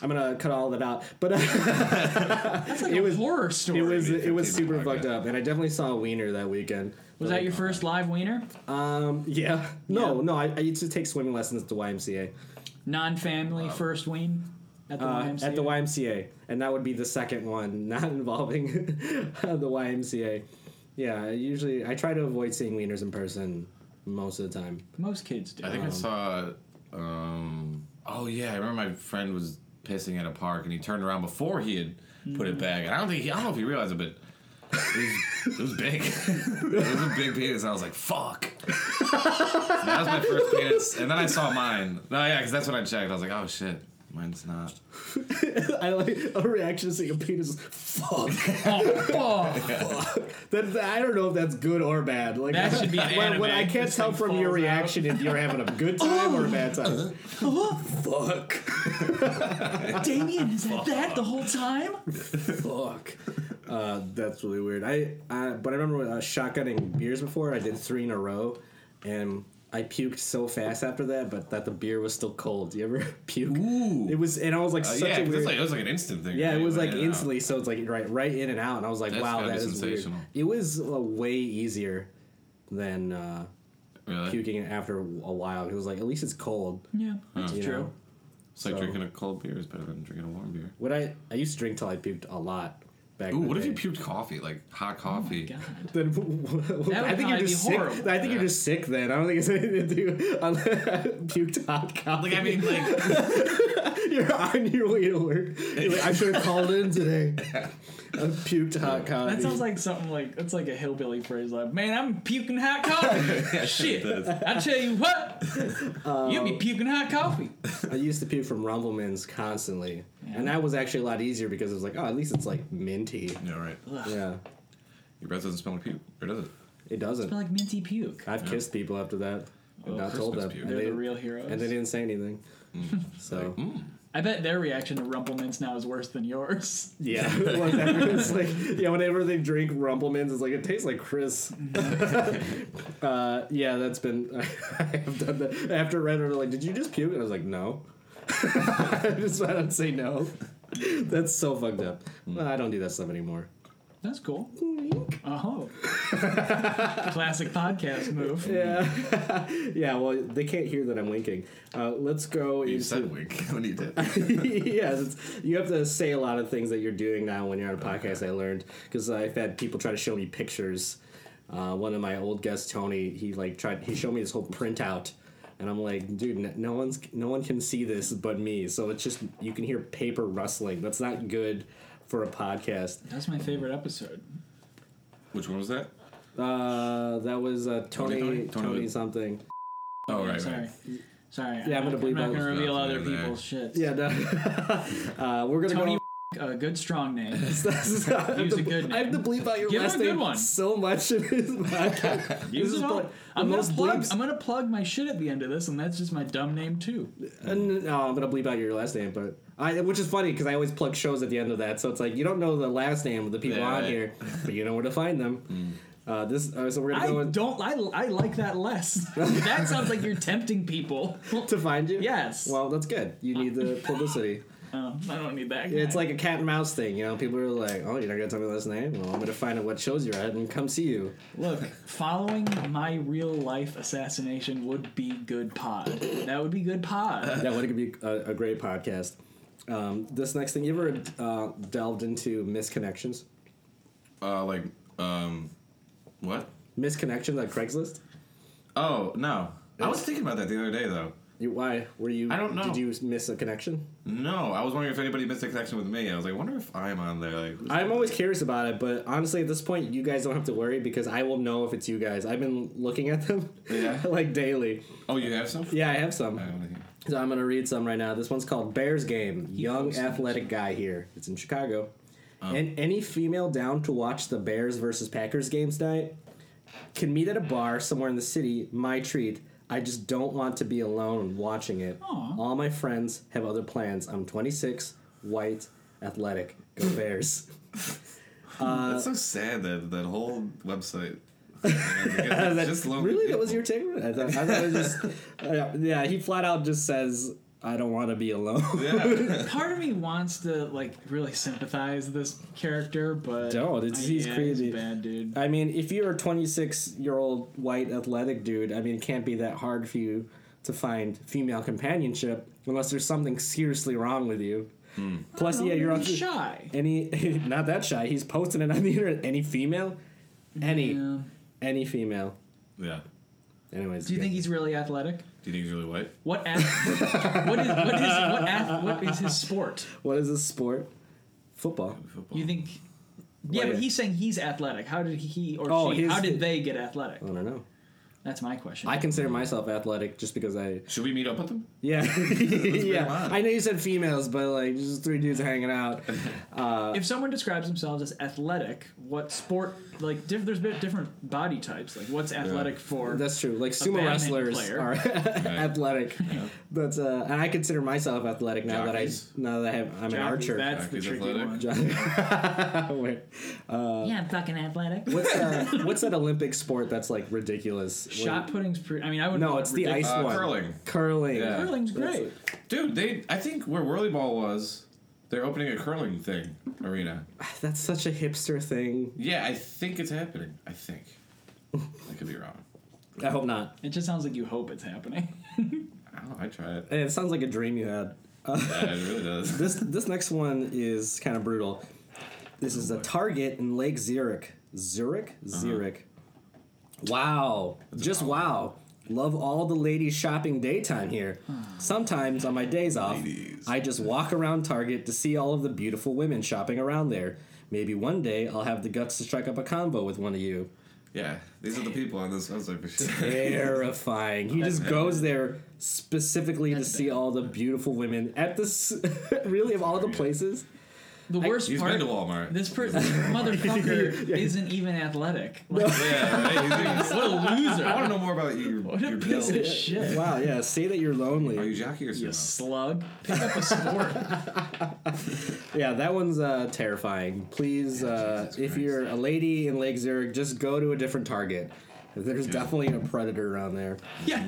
Speaker 2: I'm gonna cut all that out, but uh,
Speaker 3: That's like
Speaker 2: it
Speaker 3: a
Speaker 2: was-
Speaker 3: horror story.
Speaker 2: it was it was
Speaker 1: 15
Speaker 2: super
Speaker 1: podcast.
Speaker 2: fucked up, and I definitely saw a wiener that weekend.
Speaker 3: Was that your first live wiener?
Speaker 2: Um, yeah, no,
Speaker 3: Yeah.
Speaker 2: no. I, I used to take swimming lessons at the YMCA.
Speaker 3: Non-family first ween at the
Speaker 2: Uh,
Speaker 3: YMCA.
Speaker 2: at the YMCA, and that would be the second one, not involving the YMCA. Yeah, I usually I try to avoid seeing wieners in person most of the time.
Speaker 3: Most kids do.
Speaker 1: I think I saw. Um, oh yeah, I remember my friend was pissing at a park, and he turned around before he had put
Speaker 2: Mm.
Speaker 1: it back. And I don't think he, I don't know if he realized it, but it was, it was big. it was a big penis. And I was like, "Fuck." And that was my first penis, and then I saw mine. No, yeah, because that's when I checked. I was like, "Oh shit, mine's not."
Speaker 2: I like a reaction to seeing a penis. is, Fuck.
Speaker 3: Oh,
Speaker 2: That, that- I don't know if that's good or bad. Like
Speaker 3: That should be an
Speaker 2: when, when
Speaker 3: anime.
Speaker 2: I can't
Speaker 3: This
Speaker 2: tell
Speaker 3: thing
Speaker 2: from your
Speaker 3: falls out.
Speaker 2: reaction if you're having a good time or a bad time.
Speaker 1: Uh-huh.
Speaker 2: Fuck.
Speaker 3: Damien is at that the whole time.
Speaker 2: Fuck. Uh, that's really weird. I, I but I remember when I was shotgunning beers before. I did three in a row, and I puked so fast after that, but that the beer was still cold. You ever puke?
Speaker 1: Ooh.
Speaker 2: It was, and I was like
Speaker 1: Uh,
Speaker 2: such
Speaker 1: yeah,
Speaker 2: a
Speaker 1: 'cause
Speaker 2: weird.
Speaker 1: it's like, it was like an instant thing.
Speaker 2: yeah,
Speaker 1: right?
Speaker 2: it was like
Speaker 1: Went in and out.
Speaker 2: instantly. So it's like right, right in and out, and I was like,
Speaker 1: uh, That's
Speaker 2: wow,
Speaker 1: gotta
Speaker 2: that
Speaker 1: be
Speaker 2: is weird.
Speaker 1: sensational.
Speaker 2: It was uh, way easier than uh,
Speaker 1: Really?
Speaker 2: puking after a while. It was like at least it's cold.
Speaker 3: Yeah, Hmm. that's
Speaker 2: you
Speaker 3: true.
Speaker 2: know?
Speaker 1: It's like
Speaker 2: so-
Speaker 1: drinking a cold beer is better than drinking a warm beer.
Speaker 2: What I I used to drink till I puked a lot. Back
Speaker 1: Ooh,
Speaker 2: in the
Speaker 1: what if
Speaker 2: day.
Speaker 1: you puked coffee, like hot
Speaker 2: Oh
Speaker 1: coffee?
Speaker 3: God.
Speaker 2: Then
Speaker 3: That
Speaker 2: I
Speaker 3: would
Speaker 2: think you're
Speaker 3: probably
Speaker 2: just
Speaker 3: be
Speaker 2: sick.
Speaker 3: horrible.
Speaker 2: I think you're just sick. Then I don't think it's anything to do. puked hot coffee.
Speaker 1: Like I mean, like
Speaker 2: You're on your way to work. You're like, I should have called in today. I puked hot coffee.
Speaker 3: That sounds like something like that's like a hillbilly phrase. Like, man, I'm puking hot coffee. Shit, I tell you what,
Speaker 2: Um,
Speaker 3: you'll be puking hot coffee.
Speaker 2: I used to puke from Rumbleman's constantly, and that was actually a lot easier because it was like, oh, at least it's like minty.
Speaker 1: Yeah, right.
Speaker 2: Yeah,
Speaker 1: Your breath doesn't smell like puke, or does it?
Speaker 2: it doesn't.
Speaker 3: But like minty puke.
Speaker 2: I've kissed people after that and not told
Speaker 1: Christmas
Speaker 2: them,
Speaker 1: puke.
Speaker 2: and
Speaker 3: Oh, They're
Speaker 2: they,
Speaker 3: the real Mm. heroes.
Speaker 2: and they didn't say anything. So
Speaker 3: I bet their reaction to Rumplemints now is worse than yours.
Speaker 2: yeah, whenever it's like yeah, whenever they drink Rumpleman's, it's like it tastes like Chris. uh, yeah, that's been I've done that after Ren. They're like, did you just puke? And I was like, no. I just went out and say no. That's so fucked up.
Speaker 3: Mm.
Speaker 2: I don't do that stuff anymore.
Speaker 3: That's cool. Oh, classic podcast move.
Speaker 2: Yeah, yeah. Well, they can't hear that I'm winking. Uh, let's go.
Speaker 1: You
Speaker 2: into-
Speaker 1: said wink when you did.
Speaker 2: yes, it's, you have to say a lot of things that you're doing now when you're on a podcast. I learned because I've had people try to show me pictures. Uh, one of my old guests, Tony, he like tried. He showed me this whole printout, and I'm like, dude, n- no one's no one can see this but me. So it's just you can hear paper rustling. That's not good for a podcast.
Speaker 3: That's my favorite episode.
Speaker 1: Which one was that?
Speaker 2: Uh, that was uh, Tony, Tony,
Speaker 1: Tony? Tony
Speaker 2: Tony
Speaker 1: with-
Speaker 2: something.
Speaker 1: Oh, right,
Speaker 3: Sorry,
Speaker 1: right.
Speaker 3: sorry.
Speaker 2: Yeah, I'm gonna bleep
Speaker 3: not
Speaker 2: out
Speaker 3: gonna
Speaker 1: those
Speaker 3: reveal
Speaker 1: notes
Speaker 3: other
Speaker 1: over there.
Speaker 3: people's shit.
Speaker 2: Yeah, no. uh, we're gonna
Speaker 3: Tony,
Speaker 2: go.
Speaker 3: a good strong name.
Speaker 2: That's not- I have
Speaker 3: Use
Speaker 2: to-
Speaker 3: a good
Speaker 2: I have to
Speaker 3: name.
Speaker 2: bleep out your
Speaker 3: Give him
Speaker 2: last
Speaker 3: a good
Speaker 2: name
Speaker 3: one.
Speaker 2: so much in this podcast.
Speaker 3: Use
Speaker 2: this
Speaker 3: it all.
Speaker 2: pro-
Speaker 3: I'm
Speaker 2: the
Speaker 3: gonna
Speaker 2: most
Speaker 3: plug.
Speaker 2: bleeps-
Speaker 3: I'm gonna plug my shit at the end of this, and that's just my dumb name too.
Speaker 2: Uh, no, I'm gonna bleep out your last name, but I, which is funny because I always plug shows at the end of that, so it's like you don't know the last name of the people
Speaker 1: Yeah,
Speaker 2: on
Speaker 1: right.
Speaker 2: here, but you know where to find them. Uh, this uh, so we're gonna
Speaker 3: Hmm. I
Speaker 2: go with,
Speaker 3: don't. I, I like that less. that sounds like you're tempting people.
Speaker 2: to find you.
Speaker 3: Yes.
Speaker 2: Well, that's good. You need the publicity.
Speaker 3: Oh, I don't need that.
Speaker 2: It's
Speaker 3: guy.
Speaker 2: like a cat and mouse thing, you know. People are like, "Oh, you're not gonna tell me the last name? Well, I'm gonna find out what shows you're at and come see you."
Speaker 3: look, following my real life assassination would be good pod. That would be good pod.
Speaker 2: that would be a, a great podcast. Um, this next thing, you ever uh, delved into misconnections?
Speaker 1: Uh, like, um, what?
Speaker 2: Misconnections on Craigslist?
Speaker 1: Oh no, I was thinking about that the other day though.
Speaker 2: You, why were you?
Speaker 1: I don't know.
Speaker 2: Did you miss a connection?
Speaker 1: No, I was wondering if anybody missed a connection with me. I was like, I wonder if I'm on there. Like, who's-
Speaker 2: I'm always curious about it, but honestly, at this point, you guys don't have to worry because I will know if it's you guys. I've been looking at them
Speaker 1: Yeah.
Speaker 2: like daily.
Speaker 1: oh, you have some?
Speaker 2: Yeah, I have some.
Speaker 1: I don't think-
Speaker 2: So I'm going to read some right now. This one's called Bears Game. Young athletic guy here. It's in Chicago. and any female down to watch the Bears versus Packers games tonight can meet at a bar somewhere in the city. My treat. I just don't want to be alone watching it. All my friends have other plans. I'm 26, white, athletic. Go Bears.
Speaker 1: That's so sad that that whole website. That's just lonely
Speaker 2: really? That was
Speaker 1: people.
Speaker 2: your take? on it? I thought, I thought it was just. uh, yeah, he flat out just says, I don't want to be alone.
Speaker 3: Part of me wants to like really sympathize this character, but
Speaker 2: Don't. It's-
Speaker 3: Uh,
Speaker 2: he's
Speaker 3: yeah,
Speaker 2: crazy.
Speaker 3: a bad dude.
Speaker 2: I mean, if you're a 26 year old white athletic dude, I mean, it can't be that hard for you to find female companionship unless there's something seriously wrong with you.
Speaker 3: Hmm.
Speaker 2: Plus, yeah, you're on
Speaker 3: He's shy.
Speaker 2: Any, not that shy. He's posting it on the internet. Any female, any,
Speaker 3: Yeah.
Speaker 2: any female.
Speaker 1: Yeah.
Speaker 2: Anyways,
Speaker 3: Do you think he's really athletic?
Speaker 1: Do you think he's really white?
Speaker 3: What ath- what is what is what, ath- what is his sport?
Speaker 2: what is this sport? Football.
Speaker 1: Football.
Speaker 3: You think? Yeah,
Speaker 2: Wait.
Speaker 3: but he's saying he's athletic. How did he or
Speaker 2: Oh,
Speaker 3: she?
Speaker 2: his-
Speaker 3: How did they get athletic?
Speaker 2: I don't know.
Speaker 3: That's my question.
Speaker 2: I consider myself athletic just because I
Speaker 1: Should we meet up with them?
Speaker 2: yeah
Speaker 1: him
Speaker 2: yeah.
Speaker 1: on.
Speaker 2: I know you said females, but like just three dudes hanging out.
Speaker 3: if someone describes themselves as athletic, what sport? Like, diff- there's bit different body types. Like, what's athletic for?
Speaker 2: That's true. Like sumo
Speaker 3: badminton
Speaker 2: wrestlers
Speaker 3: player.
Speaker 2: are athletic, but uh, and I consider myself athletic now
Speaker 1: Jockeys.
Speaker 2: that I now that I have, I'm an
Speaker 3: Jockey,
Speaker 2: archer.
Speaker 3: That's the
Speaker 1: Jockey's
Speaker 3: tricky
Speaker 1: athletic.
Speaker 3: one.
Speaker 2: Wait. Uh,
Speaker 4: yeah, I'm fucking athletic.
Speaker 2: What's, uh, what's that Olympic sport that's like ridiculous? Wait.
Speaker 3: Shot putting's pretty. I mean, I would.
Speaker 2: No, it's the ice
Speaker 1: Uh,
Speaker 2: one.
Speaker 1: curling.
Speaker 2: Curling.
Speaker 1: Yeah.
Speaker 3: Curling's
Speaker 2: That's-
Speaker 3: great.
Speaker 1: Dude, they. I think where Whirly Ball was, they're opening a curling thing arena.
Speaker 2: That's such a hipster thing.
Speaker 1: Yeah, I think it's happening. I think. I could be wrong.
Speaker 2: I hope not.
Speaker 3: It just sounds like you hope it's happening.
Speaker 1: I don't know. I try it.
Speaker 2: Hey, It sounds like a dream you had.
Speaker 1: Yeah, it really does.
Speaker 2: This this next one is kind of brutal. This is a Target in Lake Zurich. Zurich? Zurich. Wow. Just wow. Love all the ladies shopping daytime here. Sometimes on my days off, I just walk around Target to see all of the beautiful women shopping around there. Maybe one day I'll have the guts to strike up a convo with one of you.
Speaker 1: Yeah, these are the people on this website for sure.
Speaker 2: Terrifying. He just goes there specifically to see all the beautiful women at this really of all the places.
Speaker 3: The worst
Speaker 1: He's
Speaker 3: part.
Speaker 1: been to Walmart.
Speaker 3: This person, motherfucker, isn't even athletic. Like,
Speaker 1: yeah, right? You think-
Speaker 3: What a loser!
Speaker 1: I want to know more about your,
Speaker 3: What a
Speaker 1: your
Speaker 3: piece
Speaker 1: bill.
Speaker 3: of shit!
Speaker 2: Wow, yeah, say that you're
Speaker 1: Are
Speaker 2: lonely.
Speaker 1: you jockey or
Speaker 3: You
Speaker 1: sumo?
Speaker 3: slug. Pick up a sport.
Speaker 2: Yeah, that one's uh, terrifying. Please, uh, if you're a lady in Lake Zurich, just go to a different Target. There's definitely a predator around there.
Speaker 3: yeah,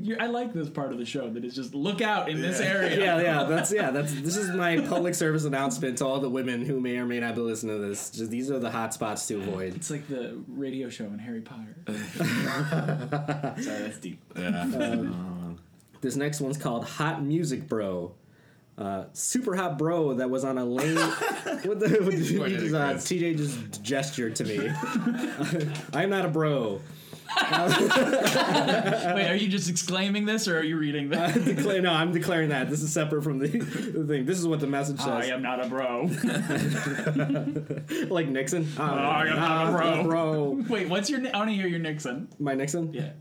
Speaker 3: You're, I like this part of the show that is just look out in this area.
Speaker 2: Yeah, yeah, that's yeah, that's this is my public service announcement to all the women who may or may not be listening to this. Just these are the hot spots to avoid.
Speaker 3: It's like the radio show in Harry Potter.
Speaker 2: Uh,
Speaker 3: Sorry, that's deep.
Speaker 2: This next one's called Hot Music Bro. Uh, super hot bro that was on a lane. what the? What did you, you just, uh, TJ just gestured to me. I'm not a bro.
Speaker 3: Wait, are you just exclaiming this or are you reading this?
Speaker 2: Declare, no, I'm declaring that. This is separate from the, the thing. This is what the message
Speaker 3: I
Speaker 2: says.
Speaker 3: am not a bro.
Speaker 2: Like Nixon. Oh,
Speaker 3: Ah, I am not a bro.
Speaker 2: bro.
Speaker 3: Wait, what's your? ni- I want to hear your Nixon.
Speaker 2: My Nixon.
Speaker 3: Yeah.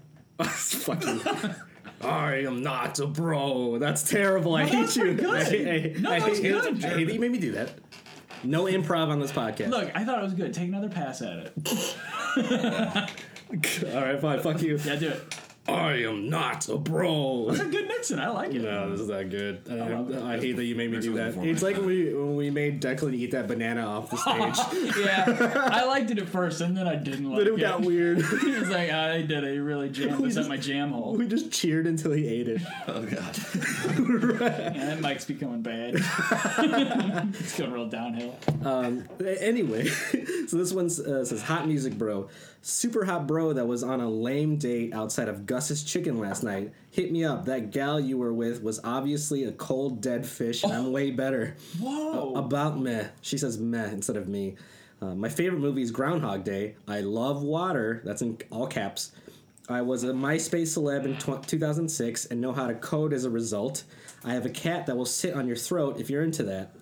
Speaker 2: Fuck you. I am not a bro. That's terrible. I
Speaker 3: No,
Speaker 2: hate
Speaker 3: that's
Speaker 2: you.
Speaker 3: pretty good.
Speaker 2: I, I,
Speaker 3: No,
Speaker 2: I
Speaker 3: that
Speaker 2: hate,
Speaker 3: was good.
Speaker 2: I hate that you made me do that. No improv on this podcast.
Speaker 3: Look, I thought it was good. Take another pass at it.
Speaker 2: All right, fine. Fuck you.
Speaker 3: Yeah, do it.
Speaker 2: I am not a bro.
Speaker 3: It's a good Nixon. I like it.
Speaker 2: No, this is not good. I,
Speaker 3: love it.
Speaker 2: I hate that you made me do that.
Speaker 1: before my
Speaker 2: It's like when we, when we made Declan eat that banana off the stage.
Speaker 3: Yeah, I liked it at first, and then I didn't like
Speaker 2: then
Speaker 3: it.
Speaker 2: it got weird.
Speaker 3: It's like I did it. You really jammed this at my jam hole,
Speaker 2: we just cheered until he ate it.
Speaker 3: and that mic's becoming bad. it's going real downhill.
Speaker 2: A- Anyway, so this one uh, says hot music bro, super hot bro that was on a lame date outside of Gus's Chicken last night. Hit me up. That gal you were with was obviously a cold dead fish, and I'm way better.
Speaker 3: Whoa!
Speaker 2: About meh. She says meh instead of me. Uh, my favorite movie is Groundhog Day. I love water. That's in all caps. I was a MySpace celeb in tw- 2006 and know how to code as a result. I have a cat that will sit on your throat if you're into that.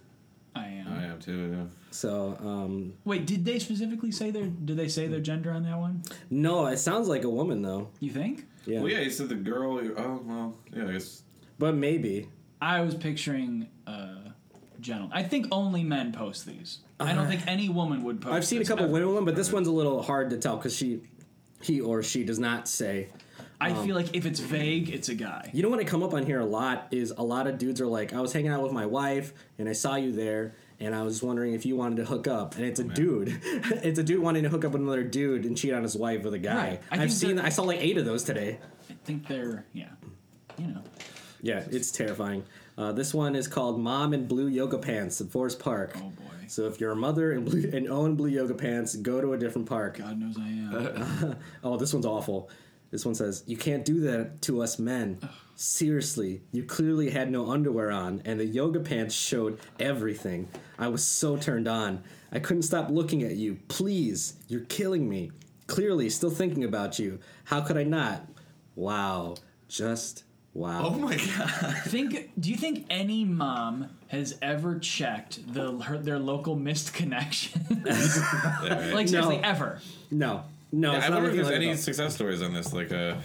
Speaker 3: I am.
Speaker 1: I am too. Yeah.
Speaker 2: So, um,
Speaker 3: Wait, did they specifically say their? Did they say their gender on that one?
Speaker 2: no, it sounds like a woman though.
Speaker 3: You think?
Speaker 2: Yeah.
Speaker 1: Well, yeah, you said the girl. Oh, well, yeah, I guess.
Speaker 2: But maybe.
Speaker 3: I was picturing uh, gentlemen. I think only men post these. I don't think any woman would post.
Speaker 2: Uh-huh. I've seen a
Speaker 3: this
Speaker 2: couple
Speaker 3: ever.
Speaker 2: women one, but this one's a little hard to tell because she, he or she does not say.
Speaker 3: I feel
Speaker 2: um,
Speaker 3: like if it's vague, it's a guy.
Speaker 2: You know what I come up on here a lot is a lot of dudes are like, I was hanging out with my wife and I saw you there and I was wondering if you wanted to hook up and
Speaker 3: Oh,
Speaker 2: it's a dude, it's a dude wanting to hook up with another dude and cheat on his wife with a guy.
Speaker 3: Right. I
Speaker 2: I've
Speaker 3: think
Speaker 2: seen
Speaker 3: that-
Speaker 2: I saw like eight of those today.
Speaker 3: I think they're yeah, you know.
Speaker 2: Yeah, it's terrifying. Uh, this one is called "Mom in Blue Yoga Pants" at Forest Park.
Speaker 3: Oh boy,
Speaker 2: So if you're a mother and, blue, and own blue yoga pants, go to a different park.
Speaker 3: God knows I am.
Speaker 2: Oh, this one's awful. This one says, You can't do that to us men. Seriously, you clearly had no underwear on, and the yoga pants showed everything. I was so turned on. I couldn't stop looking at you. Please, you're killing me. Clearly, still thinking about you. How could I not? Wow. Just wow.
Speaker 1: Oh
Speaker 3: think. Do you think any mom has ever checked the her, their local missed connection? like seriously, ever?
Speaker 2: No. No,
Speaker 1: Yeah,
Speaker 2: it's
Speaker 1: I
Speaker 2: not
Speaker 1: wonder if
Speaker 2: looking
Speaker 1: there's
Speaker 2: like
Speaker 1: any
Speaker 2: any
Speaker 1: success stories on this. Like, uh,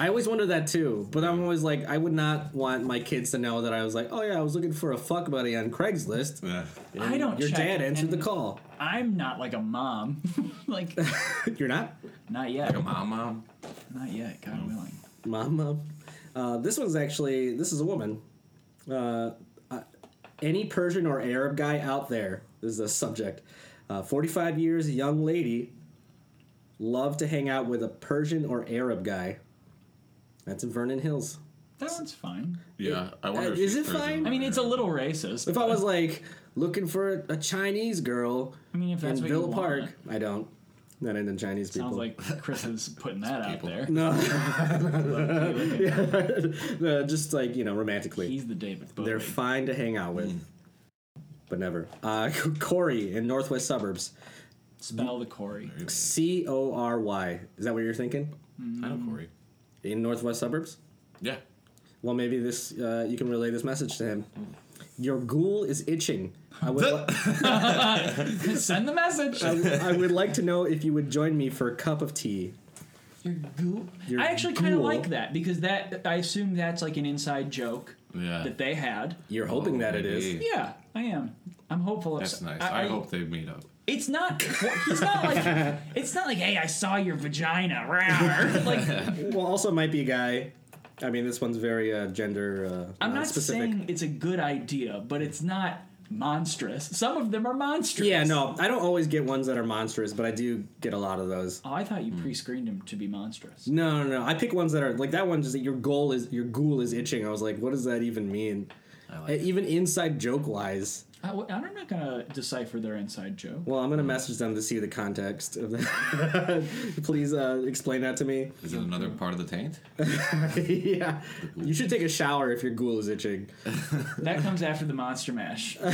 Speaker 2: I always wonder that too, but I'm always like, I would not want my kids to know that I was like, oh yeah, I was looking for a fuck buddy on Craigslist.
Speaker 1: yeah.
Speaker 3: I don't.
Speaker 2: Your
Speaker 3: check
Speaker 2: dad answered the
Speaker 3: and
Speaker 2: call.
Speaker 3: I'm not like a mom. like
Speaker 2: You're not?
Speaker 3: not yet.
Speaker 1: mom, mom.
Speaker 3: Not yet. God willing.
Speaker 2: Mama. Uh, this one's actually this is a woman. Uh, uh, any Persian or Arab guy out there this is the subject. Uh, Forty-five years, young lady. Love to hang out with a Persian or Arab guy. That's in Vernon Hills.
Speaker 3: That one's fine.
Speaker 1: Yeah, I wonder.
Speaker 2: Uh,
Speaker 1: if
Speaker 2: is
Speaker 1: she's
Speaker 2: it
Speaker 1: Persian.
Speaker 2: fine?
Speaker 3: I mean, it's a little racist.
Speaker 2: If I was like looking for a Chinese girl
Speaker 3: I mean, if that's
Speaker 2: in
Speaker 3: what you
Speaker 2: Villa
Speaker 3: want,
Speaker 2: Park, I don't. Not into Chinese people.
Speaker 3: sounds like Chris is putting that out there.
Speaker 2: no. Uh, just like you know, romantically.
Speaker 3: He's the David Bowie.
Speaker 2: They're fine to hang out with, but never. Uh, Corey in Northwest Suburbs.
Speaker 3: Spell the Corey.
Speaker 2: C O R Y. Is that what you're thinking?
Speaker 1: I know Corey.
Speaker 2: in northwest suburbs.
Speaker 1: Yeah.
Speaker 2: Well, maybe this uh, you can relay this message to him. Your ghoul is itching. I would, li-
Speaker 3: Send the message.
Speaker 2: I would like to know if you would join me for a cup of tea.
Speaker 3: Your ghoul.
Speaker 2: Your
Speaker 3: I actually kind of
Speaker 2: ghoul.
Speaker 3: like that because that I assume that's like an inside joke
Speaker 1: Yeah.
Speaker 3: that they had.
Speaker 2: You're hoping
Speaker 1: Oh,
Speaker 2: that it is.
Speaker 1: maybe.
Speaker 3: Yeah, I am. I'm hopeful.
Speaker 1: That's nice. I,
Speaker 3: I- I-
Speaker 1: hope they meet up.
Speaker 3: It's not. It's not like. It's not like. Hey, I saw your vagina. Rawr." like
Speaker 2: Well, also might be a guy. I mean, this one's very uh, gender. Uh,
Speaker 3: I'm not
Speaker 2: specific.
Speaker 3: saying it's a good idea, but it's not monstrous. Some of them are monstrous.
Speaker 2: Yeah, no, I don't always get ones that are monstrous, but I do get a lot of those.
Speaker 3: Oh, I thought you pre-screened him to be monstrous.
Speaker 2: No, no, no. I pick ones that are like that one. Just that your goal is your ghoul is itching. I was like, what does that even mean? Uh, even inside joke wise.
Speaker 3: I, am not gonna decipher their inside joke.
Speaker 2: Well, I'm gonna message them to see the context of that. Please uh, explain that to me.
Speaker 1: Is it another part of the taint?
Speaker 2: yeah, you should take a shower if your ghoul is itching.
Speaker 3: That comes after the monster mash.
Speaker 2: Was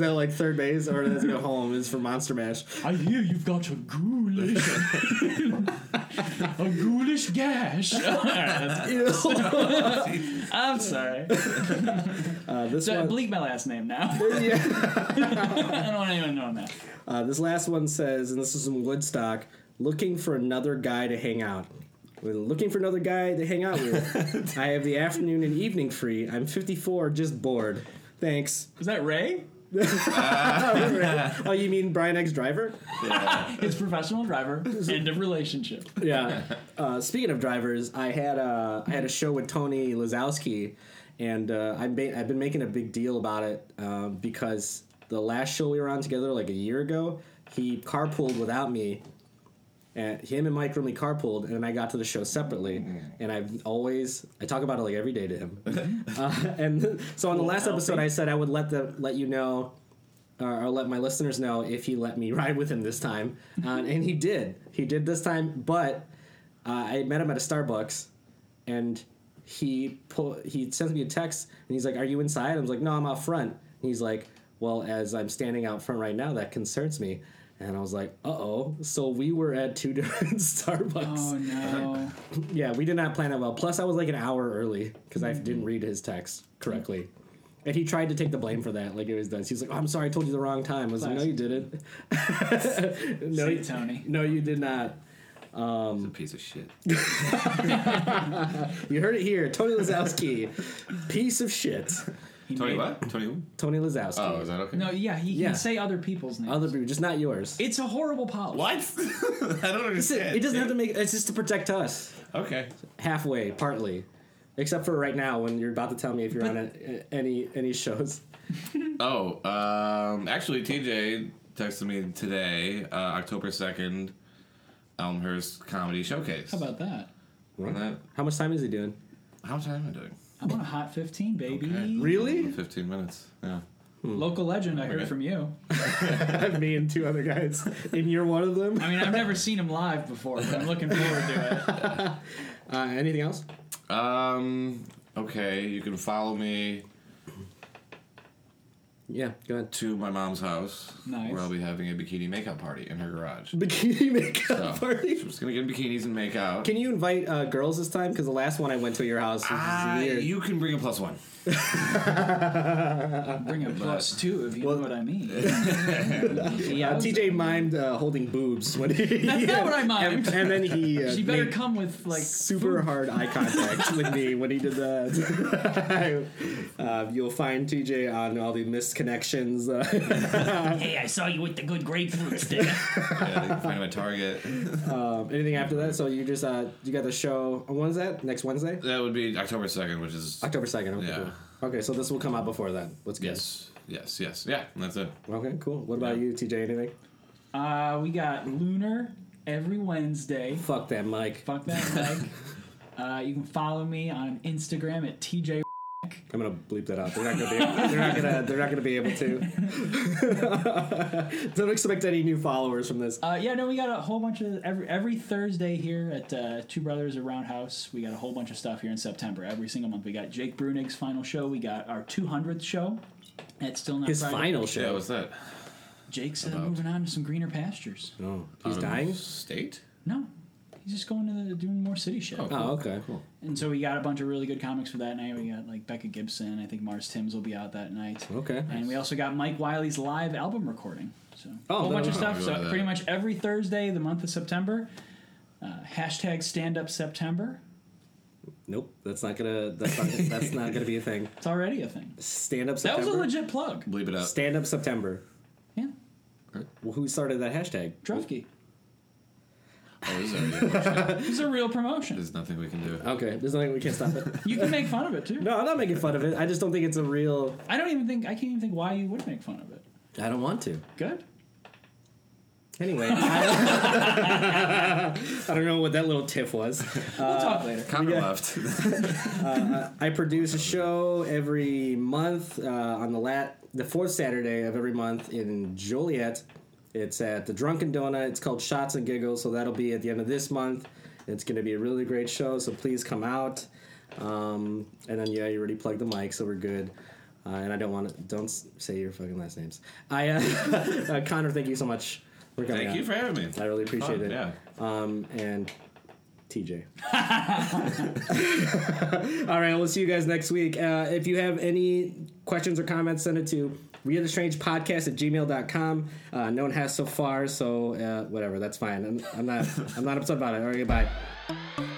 Speaker 2: that like third base or that's go home? It's for Monster Mash.
Speaker 3: I hear you've got a ghoulish, a ghoulish gash. All right, that's-
Speaker 2: Ew.
Speaker 3: I'm sorry.
Speaker 2: uh, this
Speaker 3: So
Speaker 2: one.
Speaker 3: bleep my last name now.
Speaker 2: Yeah.
Speaker 3: I don't want anyone knowing that.
Speaker 2: Uh, this last one says, and this is in Woodstock, looking for another guy to hang out. When looking for another guy to hang out with. I have the afternoon and evening free. I'm 54, just bored. Thanks.
Speaker 3: Is that Ray?
Speaker 2: Oh, you mean Brian X Driver?
Speaker 3: His professional driver. End of relationship.
Speaker 2: Yeah. Uh, speaking of drivers, I had a I had a show with Tony Lazowski, and uh, I've been I've been making a big deal about it um, because the last show we were on together, like a year ago, he carpooled without me and him and Mike Rimley carpooled, and I got to the show separately. And I've always I talk about it like every day to him. uh, and so on the last episode, I said I would let the let you know. Or or let my listeners know if he let me ride with him this time, uh, and he did. He did this time, but uh, I met him at a Starbucks, and he pull, he sends me a text, and he's like, "Are you inside?" I was like, "No, I'm out front." And he's like, "Well, as I'm standing out front right now, that concerns me." And I was like, "Uh oh!" So we were at two different Starbucks.
Speaker 3: Oh no.
Speaker 2: Yeah, we did not plan that well. Plus, I was like an hour early because I didn't read his text correctly. And he tried to take the blame for that, like it was done. He's like, oh, "I'm sorry, I told you the wrong time." I was like, "No, you didn't. no,
Speaker 3: See,
Speaker 2: you-
Speaker 3: Tony.
Speaker 2: no, you did not." Um,
Speaker 1: It's a piece of shit.
Speaker 2: You heard it here. Tony Lazowski, piece of shit.
Speaker 3: He
Speaker 1: Tony
Speaker 3: made-
Speaker 1: what? Tony who?
Speaker 2: Tony Lazowski.
Speaker 1: Oh, is that okay?
Speaker 3: No, yeah, he
Speaker 2: Yeah.
Speaker 3: can say other people's names.
Speaker 2: Other people, just not yours.
Speaker 3: it's a horrible policy.
Speaker 1: What? I don't understand.
Speaker 2: It doesn't have to make. It's just to protect us
Speaker 1: Okay.
Speaker 2: halfway, partly, except for right now when you're about to tell me if you're on a, any any shows.
Speaker 1: Oh, um, actually, TJ texted me today, uh, October 2nd, Elmhurst Comedy Showcase.
Speaker 3: How about that?
Speaker 1: Isn't that?
Speaker 2: How much time is he doing?
Speaker 1: How much time am I doing?
Speaker 3: I'm on a hot 15, baby.
Speaker 1: Okay.
Speaker 2: Really?
Speaker 1: 15 minutes. Yeah.
Speaker 3: Local legend, I heard
Speaker 1: Okay.
Speaker 3: from you.
Speaker 2: me and two other guys, and you're one of them.
Speaker 3: I mean, I've never seen him live before, but I'm looking forward to it.
Speaker 2: Uh, anything else?
Speaker 1: Um, okay, you can follow me
Speaker 2: Yeah, go ahead.
Speaker 1: to my mom's house,
Speaker 3: Nice.
Speaker 1: where I'll be having a bikini makeout party in her garage.
Speaker 2: Bikini
Speaker 1: So,
Speaker 2: makeup
Speaker 1: We're
Speaker 2: party.
Speaker 1: just gonna get in bikinis and make out.
Speaker 2: Can you invite uh, girls this time? Because the last one I went to your house was
Speaker 1: Ah,
Speaker 2: weird.
Speaker 1: you can bring a plus one.
Speaker 3: Bring a plus two if you know what I mean.
Speaker 2: yeah, TJ mimed uh, holding boobs when he.
Speaker 3: That's not what I mimed.
Speaker 2: And, and then he. Uh,
Speaker 3: She better
Speaker 2: made-
Speaker 3: come with like
Speaker 2: super hard eye contact with me when he did that. uh, you'll find TJ on all the missed connections. Uh,
Speaker 3: Hey, I saw you with the good grapefruit stick.
Speaker 1: yeah, you can find him at Target.
Speaker 2: anything after that? So you just uh, you got the show. uh, When is that? Next Wednesday,
Speaker 1: That would be October 2nd, which is.
Speaker 2: October second. Okay,
Speaker 1: Yeah.
Speaker 2: cool. okay, so this will come out before then. What's good?
Speaker 1: Yes, yes, yes. Yeah, that's it.
Speaker 2: Okay, cool. What about you, TJ? Anything?
Speaker 3: Uh, we got Lunar every Wednesday.
Speaker 2: Fuck that, Mike.
Speaker 3: Fuck that, Meg. Uh, you can follow me on Instagram at TJ.
Speaker 2: I'm gonna bleep that out. They're not gonna be. they're not gonna. They're not gonna be able to. Don't expect any new followers from this.
Speaker 3: Uh, yeah, no, we got a whole bunch of every every Thursday here at uh, Two Brothers Around House. We got a whole bunch of stuff here in September. Every single month, we got Jake Brunig's final show. We got our 200th show. It's still not
Speaker 2: His
Speaker 3: Friday.
Speaker 2: final
Speaker 1: Yeah,
Speaker 2: show.
Speaker 1: what's that?
Speaker 3: Jake's uh, moving on to some greener pastures.
Speaker 1: Um,
Speaker 2: oh, he's dying.
Speaker 1: State?
Speaker 3: No, he's He's just going to the, doing more city shit.
Speaker 2: Oh, okay. Cool.
Speaker 3: And so we got a bunch of really good comics for that night. We got like Becca Gibson. I think Mars Timms will be out that night.
Speaker 2: Okay.
Speaker 3: And we also got Mike Wiley's live album recording. So
Speaker 2: Oh,
Speaker 3: a whole
Speaker 2: that-
Speaker 3: bunch of
Speaker 2: oh,
Speaker 3: stuff.
Speaker 1: we
Speaker 3: So
Speaker 1: love that.
Speaker 3: pretty much every Thursday of the month of September. Uh, hashtag Stand Up September.
Speaker 2: Nope, that's not gonna. That's not, that's not gonna be a thing.
Speaker 3: It's already a thing.
Speaker 2: Stand up
Speaker 3: That
Speaker 2: September.
Speaker 3: was a legit plug.
Speaker 1: Bleep it out.
Speaker 2: Stand up September.
Speaker 3: Yeah,
Speaker 2: Well, who started that hashtag?
Speaker 3: Drufke.
Speaker 1: Oh, this is already a question.
Speaker 3: This is a real promotion.
Speaker 1: There's nothing we can do.
Speaker 2: Okay, there's nothing we can stop it.
Speaker 3: You can make fun of it too.
Speaker 2: No, I'm not making fun of it. I just don't think it's a real.
Speaker 3: I don't even think I can't even think why you would make fun of it.
Speaker 2: I don't want to.
Speaker 3: Good.
Speaker 2: Anyway, I, I don't know what that little tiff was.
Speaker 3: We'll talk later.
Speaker 1: Common left.
Speaker 2: I produce a show every month uh, on the lat the fourth Saturday of every month in Joliet. It's at the Drunken Donut. It's called Shots and Giggles, so that'll be at the end of this month. It's going to be a really great show, so please come out. Um, and then yeah, you already plugged the mic, so we're good. Uh, and I don't want to don't s- say your fucking last names. I uh, uh, Connor, thank you so much for coming.
Speaker 1: Thank
Speaker 2: out.
Speaker 1: you for having me.
Speaker 2: I really appreciate it.
Speaker 1: Yeah.
Speaker 2: Um, and TJ. All right, we'll see you guys next week. Uh, if you have any questions or comments, send it to we are the strange podcast at gmail.com. Uh, no one has so far, so uh, whatever, that's fine. I'm, I'm not I'm not upset about it. All right, goodbye.